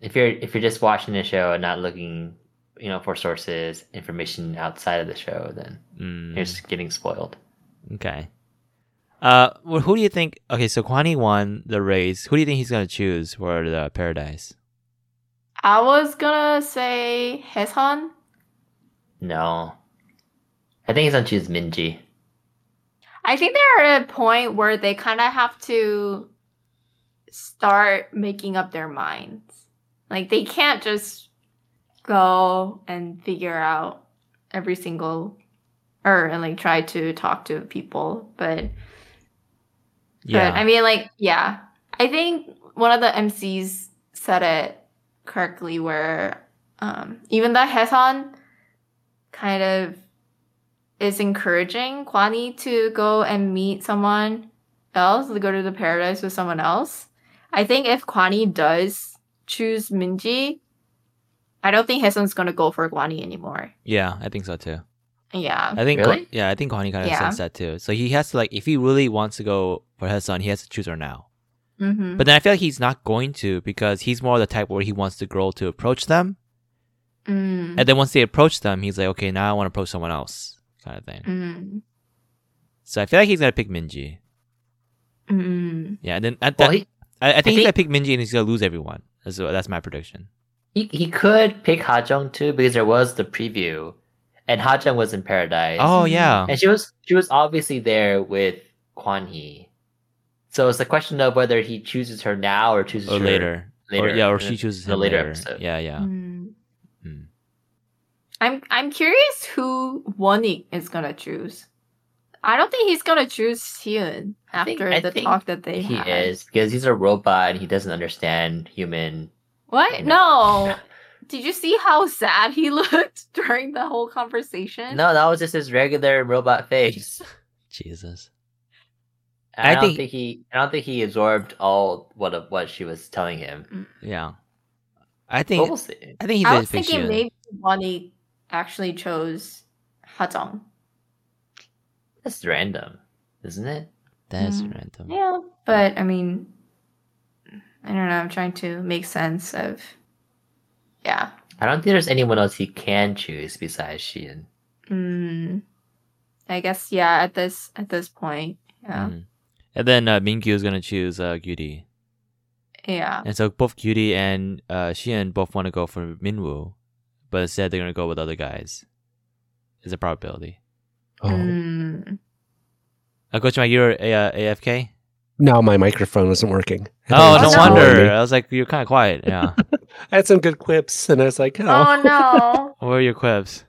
If you're if you're just watching the show and not looking, you know, for sources information outside of the show, then you're just getting spoiled. mm, Okay. Uh, well, who do you think? Okay, so Kwani won the race. Who do you think he's gonna choose for the paradise? I was gonna say Hesan. No, I think he's gonna choose Minji. I think they're at a point where they kind of have to start making up their minds. Like they can't just go and figure out every single or and like try to talk to people, but Yeah, but I mean, like, yeah. I think one of the MCs said it correctly where Um, even though Hesan kind of is encouraging Kwani to go and meet someone else, to go to the paradise with someone else. I think if Kwani does choose Minji, I don't think Hesan's gonna go for Kwani anymore. Yeah, I think so too. Yeah. I think Really? yeah, I think Kwani kind of Yeah. sense that too. So he has to like if he really wants to go for his son, he has to choose her now. hmm But then I feel like he's not going to because he's more of the type where he wants the girl to approach them, mm. and then once they approach them, he's like, okay, now I want to approach someone else, kind of thing. Mm. So I feel like he's gonna pick Minji. Mm. Yeah, and then at Well, that, he, I, I think I think- he's gonna pick Minji and he's gonna lose everyone. That's that's my prediction. he, he could pick Hajung too because there was the preview, and Hajung was in paradise. Oh yeah, and she was she was obviously there with Quan Hee. So it's the question of whether he chooses her now or chooses or her later. later. Or, yeah, or in she chooses in a him later later. episode. Yeah, yeah. Mm. Mm. I'm I'm curious who Wani is gonna choose. I don't think he's gonna choose Hyun I after think- I the think talk that they He had. is because he's a robot and he doesn't understand human. What? No. No. Did you see how sad he <laughs> looked during the whole conversation? No, that was just his regular robot face. Jesus. I, I don't think- think, he. I don't think he absorbed all what of what she was telling him. Yeah, I But think we'll see. I think he's I gonna was pick thinking Shion. maybe Wani actually chose Hajong. That's random, isn't it? That's Mm. random. Yeah, but I mean, I don't know. I'm trying to make sense of. Yeah. I don't think there's anyone else he can choose besides Sheehan. Mm, I guess yeah. At this at this point, yeah, Mm. And then uh, Mingyu is gonna choose uh, Gyuri, yeah. and so both Gyuri and uh, Shion both want to go for Minwoo, but instead they're gonna go with other guys. Is a probability. Oh. Mm. Uh, Coach Mike, you're a- uh, AFK. No, my microphone wasn't working. I thought Oh, it no was no. just calling wonder. me. I was like, you're kind of quiet. Yeah. <laughs> I had some good quips, and I was like, oh. Oh no. <laughs> what were your quips?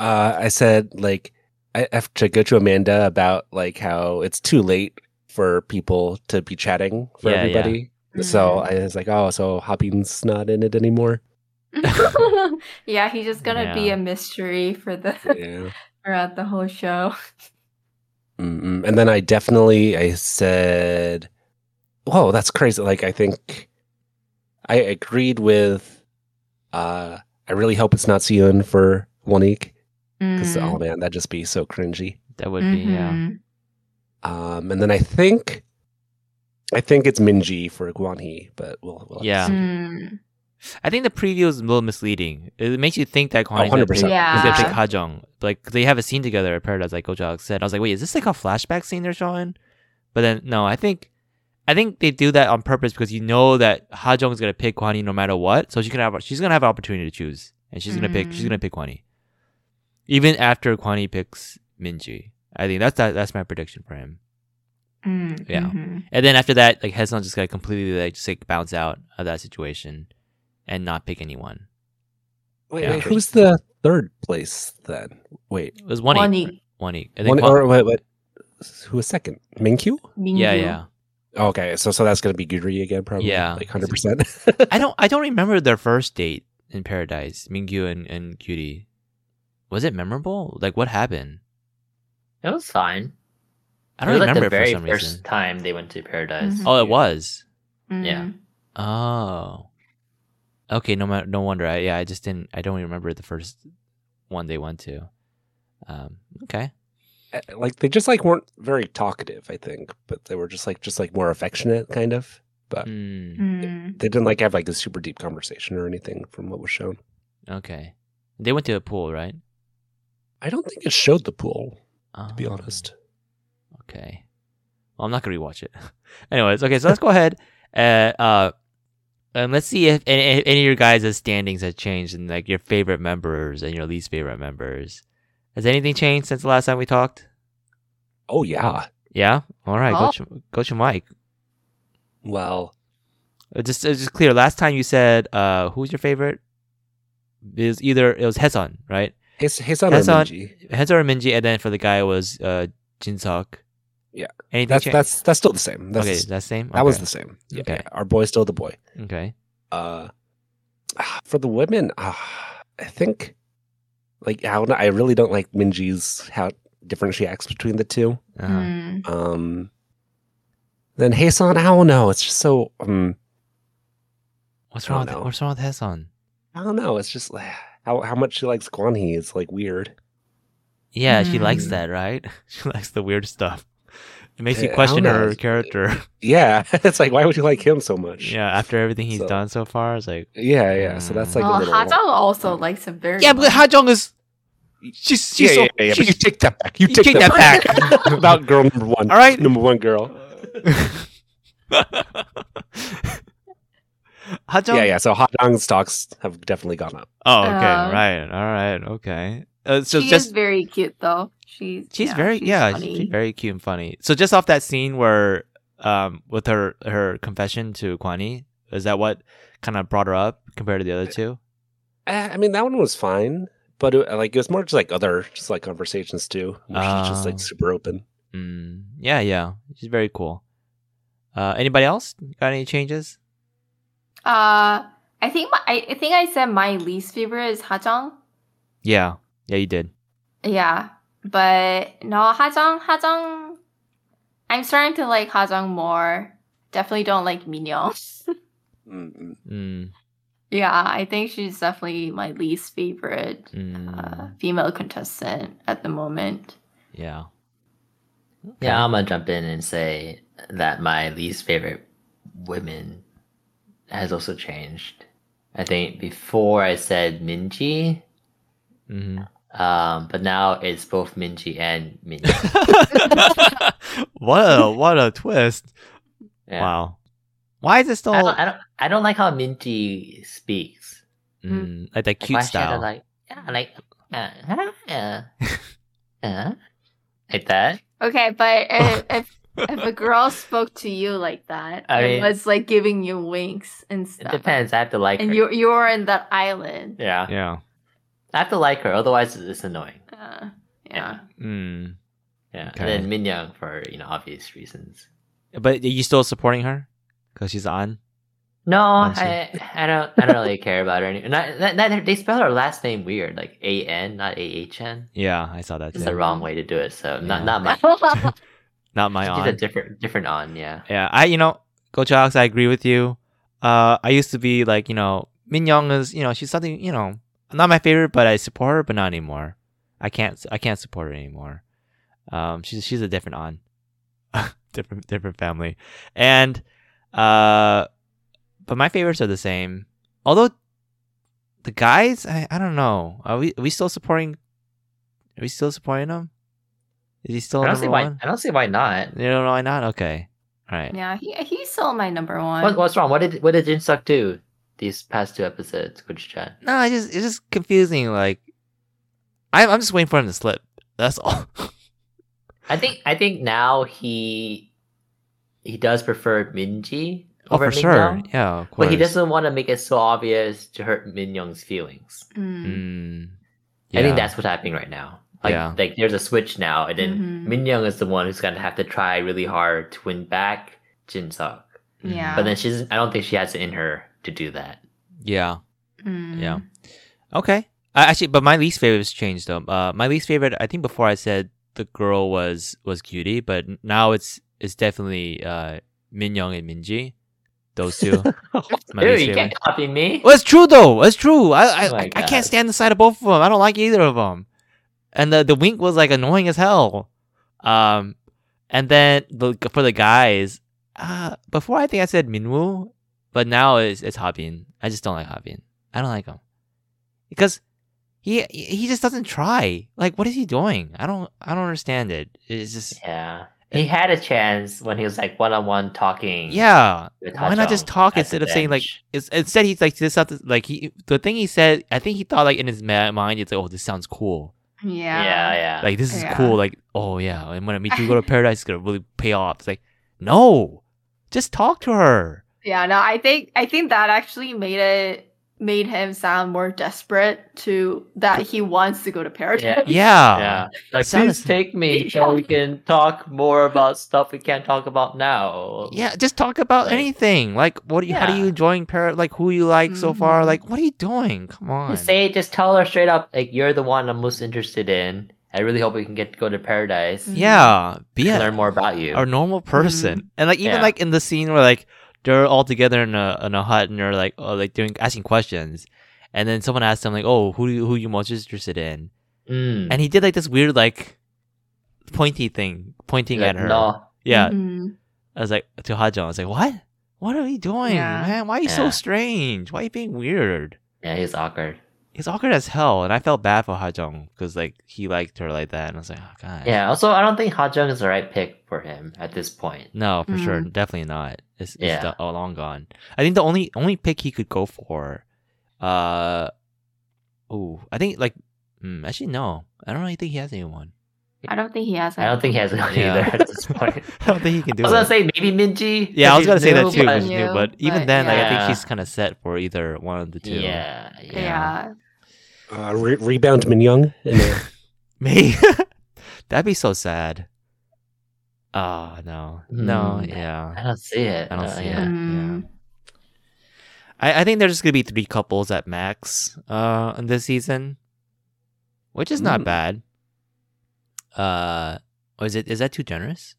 Uh, I said, like, I have to go to Amanda about, like, how it's too late for people to be chatting for Yeah, yeah. everybody. <laughs> So I was like, oh, so Hopping's not in it anymore. Mm. <laughs> yeah, he's just gonna be Yeah. a mystery for the Yeah. <laughs> throughout the whole show. Mm-mm. And then I definitely I said, "Whoa, that's crazy!" Like I think I agreed with. uh I really hope it's not Seon for one week because Mm. Mm-hmm. oh man, that'd just be so cringy. That would be yeah. Mhm. Um, and then I think, I think it's Minji for Guanhee, but we'll, we'll have to Yeah. see. Mm. I think the preview is a little misleading. It makes you think that Kwani's gonna pick- 100%. He's gonna pick Yeah. Hajong. Like they have a scene together at Paradise, like Ojak said. I was like, wait, is this like a flashback scene they're showing? But then no, I think I think they do that on purpose because you know that Hajong is gonna pick Kwani no matter what. So she's gonna have she's gonna have an opportunity to choose, and she's gonna pick she's Mhm. gonna pick Kwani, even after Kwani picks Minji. I think that's that, that's my prediction for him. Mm, Yeah. mhm. And then after that, like Hesan just gotta completely like just like bounce out of that situation and not pick anyone. Wait, Yeah. wait, who's the third place then? Wait, It was one One eat. eat. One eat. And then one, Kwan- or wait, wait, who was second? Minkyu? Oh, yeah, Mingyu. yeah. Okay, so so that's gonna be Guri again, probably. Yeah. like hundred percent. <laughs> I don't I don't remember their first date in Paradise, Mingyu and, and Cutie. Was it memorable? Like what happened? It was fine. I don't it was like remember the it for very some first reason. time they went to paradise. Mhm. Oh, it was. Mm. Yeah. Oh. Okay, no ma- no wonder. I yeah, I just didn't I don't remember the first one they went to. Um, okay. uh, like they just like weren't very talkative i think but they were just like just like more affectionate kind of but Hmm. Mm. they didn't like have like a super deep conversation or anything from what was shown okay. They went to a pool, right? i don't think it showed the pool to be Oh. honest Okay. Well, I'm not gonna rewatch it. <laughs> Anyways, okay, so let's go ahead and uh, and let's see if any, if any of your guys' standings have changed and like your favorite members and your least favorite members. Has anything changed since the last time we talked? oh yeah Yeah. All right. Oh. Coach, Coach Mike. well Uh, Just uh, just clear. Last time you said uh, who's your favorite? It was either it was Hesan, right? his his on That's on- Minji. Hesan or Minji, and then for the guy it was uh, Jinseok. Yeah. Anything that's changed? that's that's still the same that's okay. That's same. that was Okay. the same Okay. our boy's still the boy <sighs> okay. uh ah, for the women uh, I think, like, I, don't, know, I really don't like Minji's how different she acts between the two. Uh-huh. Mm. Um, then Heisan, I don't know. It's just so, um, What's wrong? With, I don't know. What's wrong with Hesan? I don't know. It's just <sighs> like, how, how much she likes Guan Hee is like weird. Yeah, she likes Hmm. Mm. that, right? <laughs> she likes the weird stuff. It makes Yeah, you I don't question know. her character. Yeah. <laughs> it's like, why would you like him so much? <laughs> yeah, after everything he's So- done so far, it's like Yeah. yeah. So that's like, a well, little, Hajong also likes him very yeah, but much. Hajong is she's she's so yeah, yeah, yeah, yeah, but she's- you take that back. You, you take, take that, that back. <laughs> About girl number one. All right. Number one girl. <laughs> Hajong. yeah, yeah. So hot dog stocks have definitely gone up. Oh, okay, Um, right, all right, okay. Uh, so she just is very cute though. She's She's very yeah, she's funny. very cute and funny. So just off that scene where um with her her confession to Kwani, is that what kind of brought her up compared to the other two? Eh, I mean, that one was fine, but it, like it was more just like other just like conversations too, where she's just Oh. like super open. Mm, yeah, yeah, she's very cool. Uh, anybody else got any changes? Uh, I think my, I, I think I said my least favorite is Hajong. Yeah, yeah, you did. Yeah, but no, Hajong, Hajong. I'm starting to like Hajong more. Definitely don't like Minyo. Mm-mm. Mm, <laughs> yeah, I think she's definitely my least favorite uh, mm, female contestant at the moment. yeah. Yeah, I'm gonna jump in and say that my least favorite women has also changed. I think before I said Minji, hmm um, but now it's both Minji and <laughs> Minji. <laughs> what a what a twist! Yeah. Wow. Why is it still I don't, I don't, I don't like how Minji speaks. mm, like that Like, cute why she had to, style? Like, yeah, like, uh, huh, uh, uh, like that. Okay, but <laughs> if, if if a girl spoke to you like that, I and mean- was like giving you winks and It stuff, depends. I have to like and her. you you were in that island. yeah. <laughs> yeah. I have to like her, otherwise it's annoying. Uh, yeah. Mm. Yeah. Okay. And then Minyoung for you know obvious reasons. But are you still supporting her? Because she's on? No, I see. I, I don't I don't really care about her. Any, not, not, not- they spell her last name weird, like A N, not A H N. Yeah, I saw that It's too. the wrong way to do it. So Yeah. not not <laughs> my. <laughs> Not my She's a on. different different on. Yeah. Yeah, I, you know, Coach Alex, I agree with you. Uh, I used to be like, you know, Min Young is, you know, she's something, you know, not my favorite, but I support her, but not anymore. I can't, I can't support her anymore. Um, she's she's a different on, <laughs> different different family, and uh, but my favorites are the same. Although the guys, I, I don't know, are we are we still supporting? Are we still supporting him? Is he still I don't number see why. one? I don't see why not. You don't know why not? Okay, all right. yeah, he, he's still my number one. What, what's wrong? What did what did Jinsuck do these past two episodes? Coach Chan. No, it's just it's just confusing. Like, I'm I'm just waiting for him to slip. That's all. <laughs> Oh, I think I think now he he does prefer Minji oh, over for Min sure. Young, Yeah, of course. But he doesn't want to make it so obvious to hurt Min Young's feelings. Mm. Mm, I think yeah. that's what's happening right now. Like, Yeah. like there's a switch now, and then Mhm. Min Young is the one who's gonna have to try really hard to win back Jin Suk. Mm. Yeah. But then she doesn't. I don't think she has it in her to do that. Yeah. Mm. Yeah. Okay. I actually, but my least favorite has changed though. Uh, my least favorite, I think before I said the girl was was cutie, but now it's it's definitely uh Min Young and Minji. <laughs> Those Ew, two. my least you favorite. can't copy me. Well, it's true though. It's true. I I, Oh my I, I God. can't stand the sight of both of them. I don't like either of them. And the the wink was like annoying as hell. Um, and then the, for the guys, uh, before I think I said Minwoo, but now it's it's Harbin. I just don't like Harbin. I don't like him because he he just doesn't try. Like, what is he doing? I don't I don't understand it. It's just Yeah, he had a chance when he was like one on one talking. yeah. with Why not just Hajong talk at the instead of saying like bench. it's, instead he's like this something like he the thing he said I think he thought like in his ma- mind it's like oh this sounds cool Yeah. yeah, yeah, like this is Yeah. cool like oh yeah and when I meet you go to paradise it's gonna really pay off it's like no just talk to her Yeah, No, I think I think that actually made it made him sound more desperate to that he wants to go to Yeah. paradise. yeah. Yeah. <laughs> Like, Sounds- please take me so we can talk more about stuff we can't talk about now. Yeah, just talk about Like- anything. Like, what? Are you, How are Yeah. you enjoying Parrot? Like, who you like so far? Mhm. Like, what are you doing? Come on. Just say, just tell her straight up, like you're the one I'm most interested in. I really hope we can get to go to paradise. Mm. Mhm. yeah, be and a, learn more about you. a normal person. And like, Yeah. even like in the scene where like they're all together in a in a hut and they're like, oh, like doing asking questions, and then someone asked him like, oh, who do you, who you most interested in? Mm. And he did like this weird like pointy thing, pointing Like, at her. No. Yeah, Mhm. I was like to Hajong. I was like, what? What are you doing, Yeah. man? Why are you so Yeah. strange? Why are you being weird? Yeah, he's awkward. He's awkward as hell, and I felt bad for Hajong because like he liked her like that, and I was like, oh god. Yeah. Also, I don't think Hajung is the right pick for him at this point. No, for sure, definitely not. It's, it's Yeah. do- oh, long gone. I think the only only pick he could go for, uh, oh, I think like, mm, actually no, I don't really think he has anyone. <laughs> I don't think he has. I don't think he has one Yeah. either at <laughs> this point. I don't think he can do I was gonna it. say maybe Minji. yeah, I was gonna say that because too, he's new, 'cause but- she's new, New, but even but then, like, I yeah. think she's kind of set for either one of the two. Yeah, yeah. Yeah. Uh, re- rebound Min Young. uh, in a- Me? That'd be so sad. Ah, no. No, Mm. yeah. I don't see it. I don't No, see yeah. Hmm. it. Mm. I, I think there's just gonna be three couples at max uh in this season. Which is not Hmm. Mm. bad. Uh or is it is that too generous?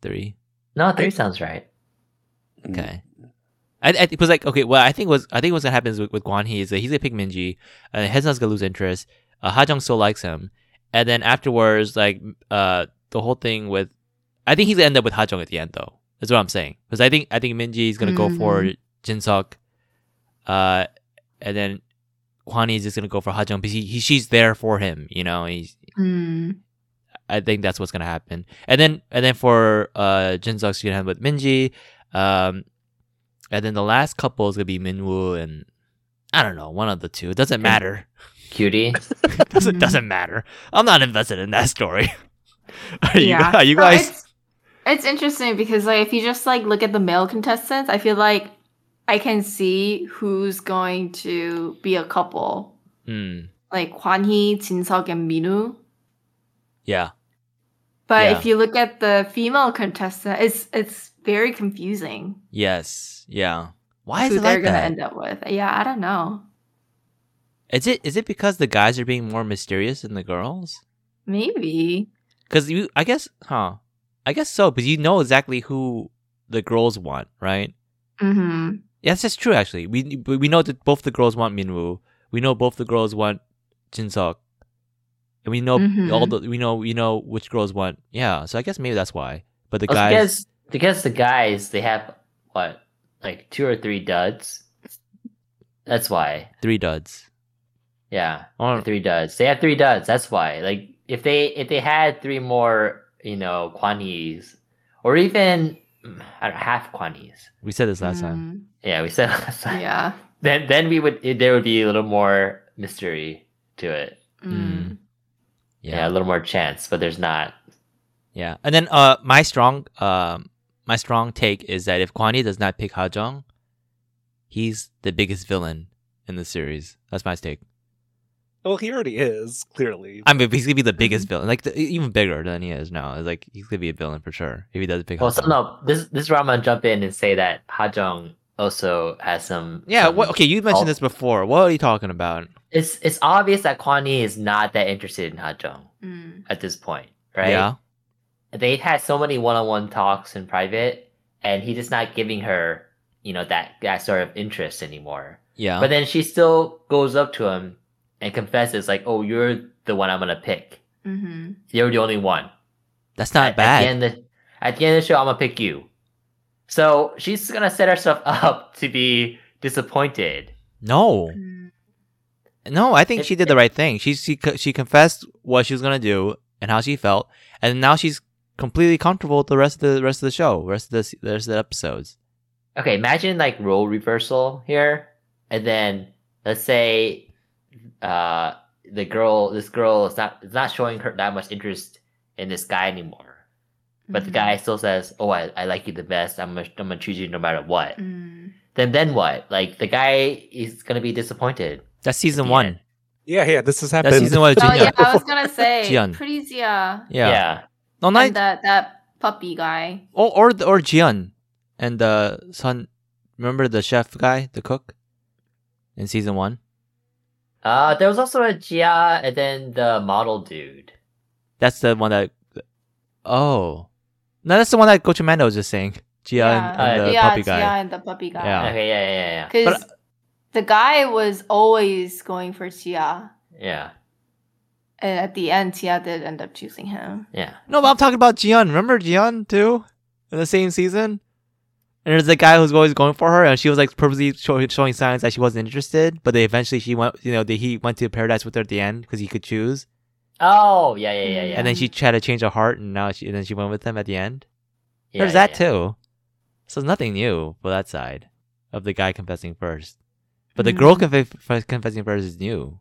Three. No, three sounds right. <laughs> Mm. Okay. I, I it was like okay. Well, I think was I think what's gonna happen is with, with Guan Hee is that he's gonna pick Minji, and Hezon's gonna lose interest. Uh, Ha Jung still likes him, and then afterwards, like uh, the whole thing with, I think he's gonna end up with Ha Jung at the end though. That's what I'm saying because I think I think Minji is gonna go for Jin Suk, uh, and then Guan Hee is just gonna go for Ha Jung because he, he she's there for him. You know, he's Mm. I think that's what's gonna happen. And then and then for uh Jin Suk's gonna have with Minji. Um and then the last couple is gonna be Minwoo and I don't know, one of the two. It doesn't matter. <laughs> Cutie. It doesn't Mhm. doesn't matter. I'm not invested in that story. <laughs> are you, Yeah. are you So guys it's, it's interesting because like if you just like look at the male contestants, I feel like I can see who's going to be a couple. Hmm. Like Hwan Hee, Jin Seok, and Minu. Yeah. But Yeah. if you look at the female contestant, it's it's very confusing Yes. Yeah. Why is who it they're like gonna that? end up with. Yeah, I don't know. Is it is it because the guys are being more mysterious than the girls? Maybe. Because you, I guess, huh? I guess so. Because you know exactly who the girls want, right? hmm Yes, that's true. Actually, we we we know that both the girls want Minwoo. We know both the girls want Jinseok, and we know Mm-hmm. Mhm. all the we know we know which girls want. Yeah, so I guess maybe that's why. But the Also, guys, because because the guys they have what like two or three duds. That's why. three duds. Oh, Yeah, Or, three duds. They have three duds. That's why. Like if they if they had three more, you know, Kwanis or even mm, I don't know, half Kwanis. we said this last Mm, time. Yeah, we said <laughs> last <laughs> time. Mm-hmm. Yeah. Then then we would it, there would be a little more mystery to it. Mm. Yeah. a little more chance, but there's not. Yeah, and then uh, my strong um, my strong take is that if Kwani does not pick Hajong, he's the biggest villain in the series. That's my take. well, he already is clearly. I mean, he's gonna be the biggest Mm-hmm. villain, like the, even bigger than he is now. It's like he's gonna be a villain for sure if he doesn't pick. Well, Hajong. so no, this this is where I'm gonna jump in and say that Hajong also has some. Yeah. some- What, okay, you mentioned I'll- this before. What are you talking about? It's it's obvious that Kwan Yi is not that interested in Hajong Hmm. Mm. at this point, right? Yeah. they had so many one-on-one talks in private and he's just not giving her you know that that sort of interest anymore Yeah. but then she still goes up to him and confesses like oh you're the one i'm gonna pick hmm you're the only one That's not at, bad. At the, end of, at the end of the show i'm gonna pick you so she's gonna set herself <laughs> up to be disappointed no. Mm-hmm. No, I think It- she did the right thing. She she co- she confessed what she was gonna do and how she felt, and now she's completely comfortable with the rest of the rest of the show, rest of the se- the rest of the episodes. okay imagine like role reversal here and then let's say uh the girl this girl is not is not showing her that much interest in this guy anymore Mm-hmm. but the guy still says oh I, I like you the best i'm gonna, I'm gonna choose you no matter what Mm. then then what? Like the guy is gonna be disappointed. That's season one. Yeah, yeah, this has happened. That's season one. of Oh yeah, Jinya. I was <laughs> gonna say Jian. pretty Zia Yeah. yeah. No, and uh, not that that puppy guy. or or the- or Jian and the son. Remember the chef guy, the cook, in season one. Uh, there was also a Jia and then the model dude. That's the one that. Oh, no, that's the one that Gochu Mando was just saying. Jian and, Yeah. and the yeah, puppy guy. Zia and the puppy guy. Yeah. uh, Okay, yeah, yeah, yeah, Because the guy was always going for Tia. yeah, And at the end, Tia did end up choosing him. yeah. No, but I'm talking about Jian. Remember Jian too, in the same season. And there's a guy who's always going for her, and she was like purposely show- showing signs that she wasn't interested. But they eventually she went, you know, they, he went to paradise with her at the end because he could choose. Oh, yeah, yeah, yeah, yeah. And then she tried to change her heart, and now she and then she went with him at the end. yeah, There's yeah, that yeah. too. So it's nothing new for that side of the guy confessing first. But the Mm. Mhm. girl conf- f- confessing first is new.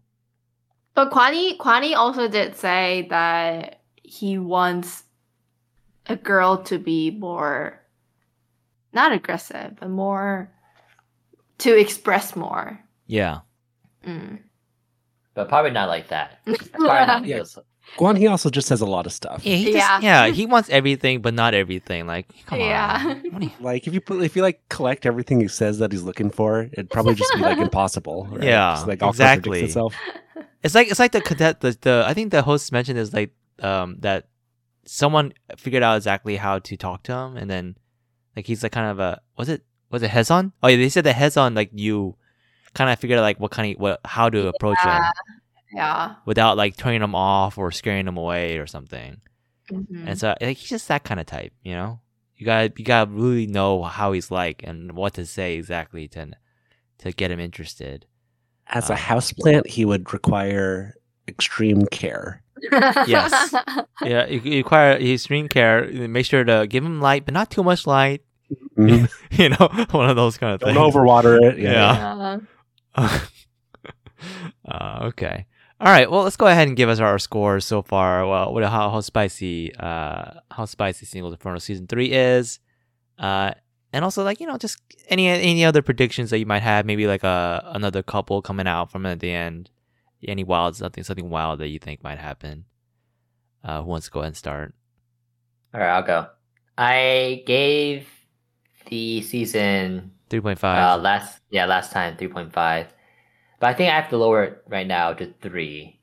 But Kwani Kwani also did say that he wants a girl to be more not aggressive, but more to express more. Yeah. Mm. But probably not like that. Probably not Yeah. those- <laughs> Guan He also just says a lot of stuff. Yeah. He just- Yeah. yeah. He wants everything, but not everything. Like, come Yeah. on. What do you- Like if you put, if you like collect everything he says that he's looking for, it'd probably just be <laughs> like impossible. right? Yeah, Just, like all exactly. contradicts itself. It's like it's like the cadet. The, the I think the host mentioned is like um that someone figured out exactly how to talk to him, and then like he's like kind of a was it was it Hezon? Oh yeah, they said that Hezon like you kind of figured out like what kind of what how to approach him Yeah. <laughs> Yeah. without like turning him off or scaring him away or something. Mhm. <laughs> And so like he's just that kind of type, you know. You got you got to really know how he's like and what to say exactly to to get him interested. As Uh, a houseplant, he would require extreme care. Yes. <laughs> yeah, you, you require extreme care. you Make sure to give him light, but not too much light. Mhm. <laughs> You know, one of those kind of Don't things. overwater it. Yeah. Yeah. Yeah. <laughs> uh, okay. All right. Well, let's go ahead and give us our scores so far. Well, what how, how spicy uh how spicy Single Inferno season three is, uh, and also like you know just any any other predictions that you might have. Maybe like a another couple coming out from it at the end. Any wild something something wild that you think might happen. Uh, who wants to go ahead and start? All right, I'll go. I gave the season Three point uh, five. last yeah last time three point five, but I think I have to lower it right now to three,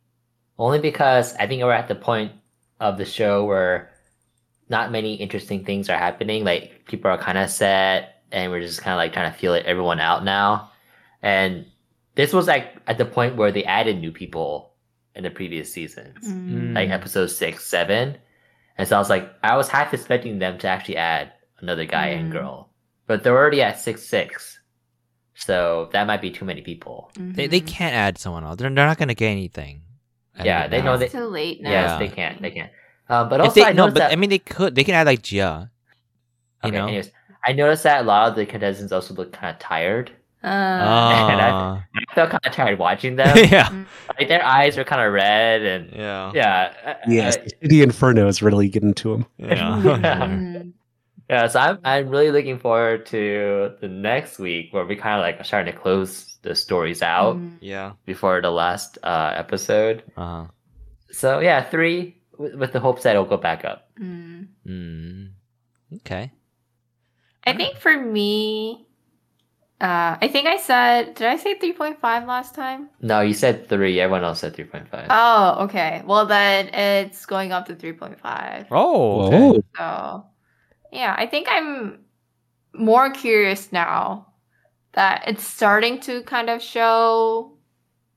only because I think we're at the point of the show where not many interesting things are happening. Like people are kind of set, and we're just kind of like trying to feel it everyone out now. And this was like at the point where they added new people in the previous seasons Mm. like Hmm. episode six, seven. And so I was like, I was half expecting them to actually add another guy and Hmm. Mhm. girl, but they're already at six, six. So that might be too many people. They they Mhm. can't add someone else. They're, they're not gonna get anything. I Um, Yeah, think they know now. that- It's too late now. Yes, Yeah. they can't. They can't. Um, but If also, they- I no, noticed but that. I mean, they could. They can add like Gia. You okay, know. anyways, I noticed that a lot of the contestants also look kind of tired. Uh, <laughs> and <laughs> Ah. I felt kind of tired watching <laughs> them. yeah. like their eyes were kind of red, and Yeah. yeah, uh, I- Yes, I- Uh, the city inferno is really getting to him. <laughs> Oh. <laughs> Yeah. mm. Yeah, so I'm I'm really looking forward to the next week where we kind of like are starting to close the stories out Mm. yeah. before the last uh, episode. Uh-huh. So yeah, three with, with the hopes that it'll go back up. Mm. Mm. Okay. I think for me, uh, I think I said, did I say 3.5 last time? No, you said three. Everyone else said three point five. Oh, okay. Well, then it's going up to 3.5. Oh. okay. Whoa. So, yeah, I think I'm more curious now that it's starting to kind of show,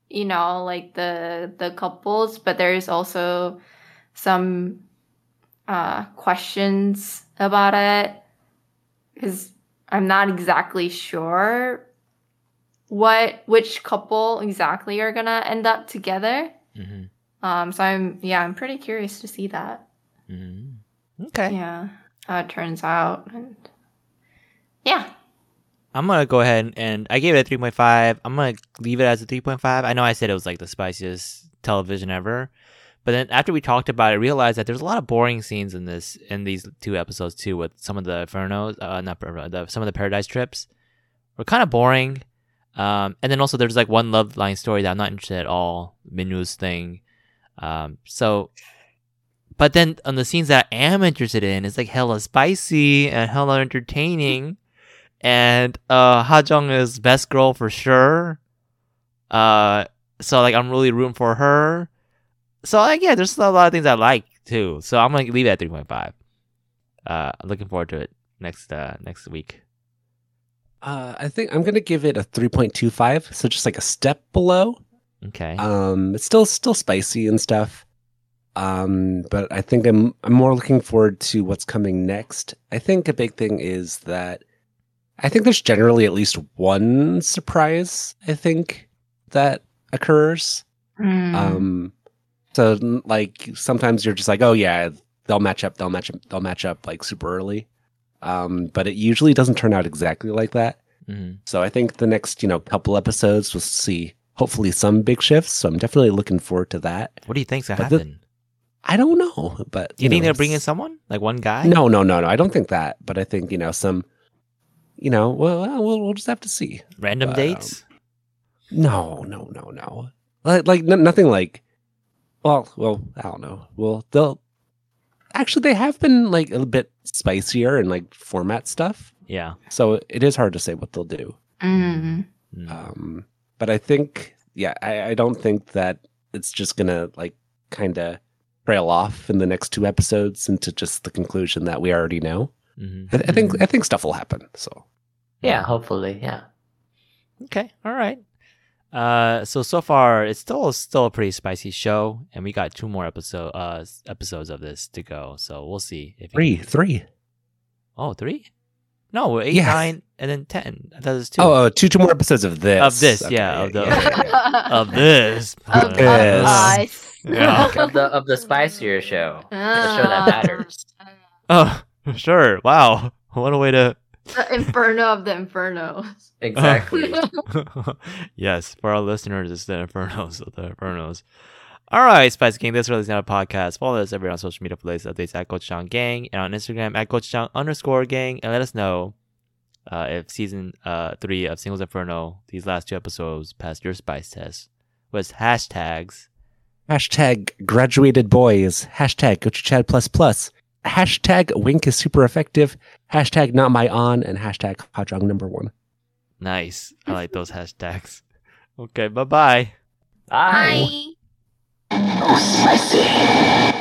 you know, like the the couples, but there's also some uh questions about it cuz I'm not exactly sure what which couple exactly are going to end up together. Mhm. Um so I'm yeah, I'm pretty curious to see that Mhm. Okay. yeah how it turns out and yeah I'm gonna go ahead and, and I gave it a three point five. I'm gonna leave it as a three point five. I know I said it was like the spiciest television ever, but then after we talked about it, I realized that there's a lot of boring scenes in this in these two episodes too, with some of the Inferno, uh, not Inferno, the, some of the Paradise trips, were kind of boring. Um, and then also there's like one love line story that I'm not interested at all, Minwoo's thing. Um, so, but then on the scenes that I am interested in, it's like hella spicy and hella entertaining. And uh, Ha Jung is best girl for sure. Uh, so like I'm really rooting for her. So like yeah, there's a lot of things I like too. So I'm gonna leave it at 3.5. Uh, looking forward to it next uh next week. Uh, I think I'm gonna give it a 3.25, so just like a step below. Okay. Um, it's still still spicy and stuff. Um, but I think I'm I'm more looking forward to what's coming next. I think a big thing is that I think there's generally at least one surprise. I think that occurs. Mm. Um, so n- like sometimes you're just like, oh yeah, they'll match up, they'll match up, they'll match up like super early. Um, but it usually doesn't turn out exactly like that. Mhm. So I think the next you know couple episodes we'll see hopefully some big shifts. So I'm definitely looking forward to that. What do you think's gonna But the- happen? I don't know, but Do you think know, they'll bring in s- someone like one guy? No, no, no, no. I don't think that, but I think you know some. You know, well, well, we'll we'll just have to see. Random Wow. dates? No, no, no, no. Like, like n- nothing like. Well, well, I don't know. Well, they'll actually they have been like a little bit spicier and like format stuff, Yeah. so it is hard to say what they'll do. Mm. Mm. Um, but I think, yeah, I, I don't think that it's just gonna like kind of trail off in the next two episodes into just the conclusion that we already know. Mhm. I, I think I think stuff will happen. So Yeah, hopefully. Yeah. Okay. All right. Uh, so so far it's still still a pretty spicy show, and we got two more episode uh s- episodes of this to go. So we'll see if it- three, three. Oh, three? No, we're eight, Yes. nine, and then ten. That is two. Oh, oh, two two more episodes of this. Of this, yeah, of the- <laughs> of this. <laughs> Of Yes. us. Yeah. Okay. Of the of the spicier show. The show Ah. that matters. Oh, <laughs> sure. Wow. What a way to The inferno of the inferno. <laughs> Exactly. <laughs> yes, for our listeners, it's the Infernos of the Infernos. All right, Spice Gang, this really is not a podcast. Follow us everywhere on social media for latest updates at Gochujang Gang and on Instagram at Gochujang underscore gang. And let us know uh, if season uh, three of Singles Inferno, these last two episodes, passed your spice test with hashtags. Hashtag graduated boys. Hashtag go to Chad plus plus. Hashtag wink is super effective. Hashtag not my on and hashtag hotjong number one. Nice. I like those hashtags. Okay, bye bye. Bye. Oh, spicy.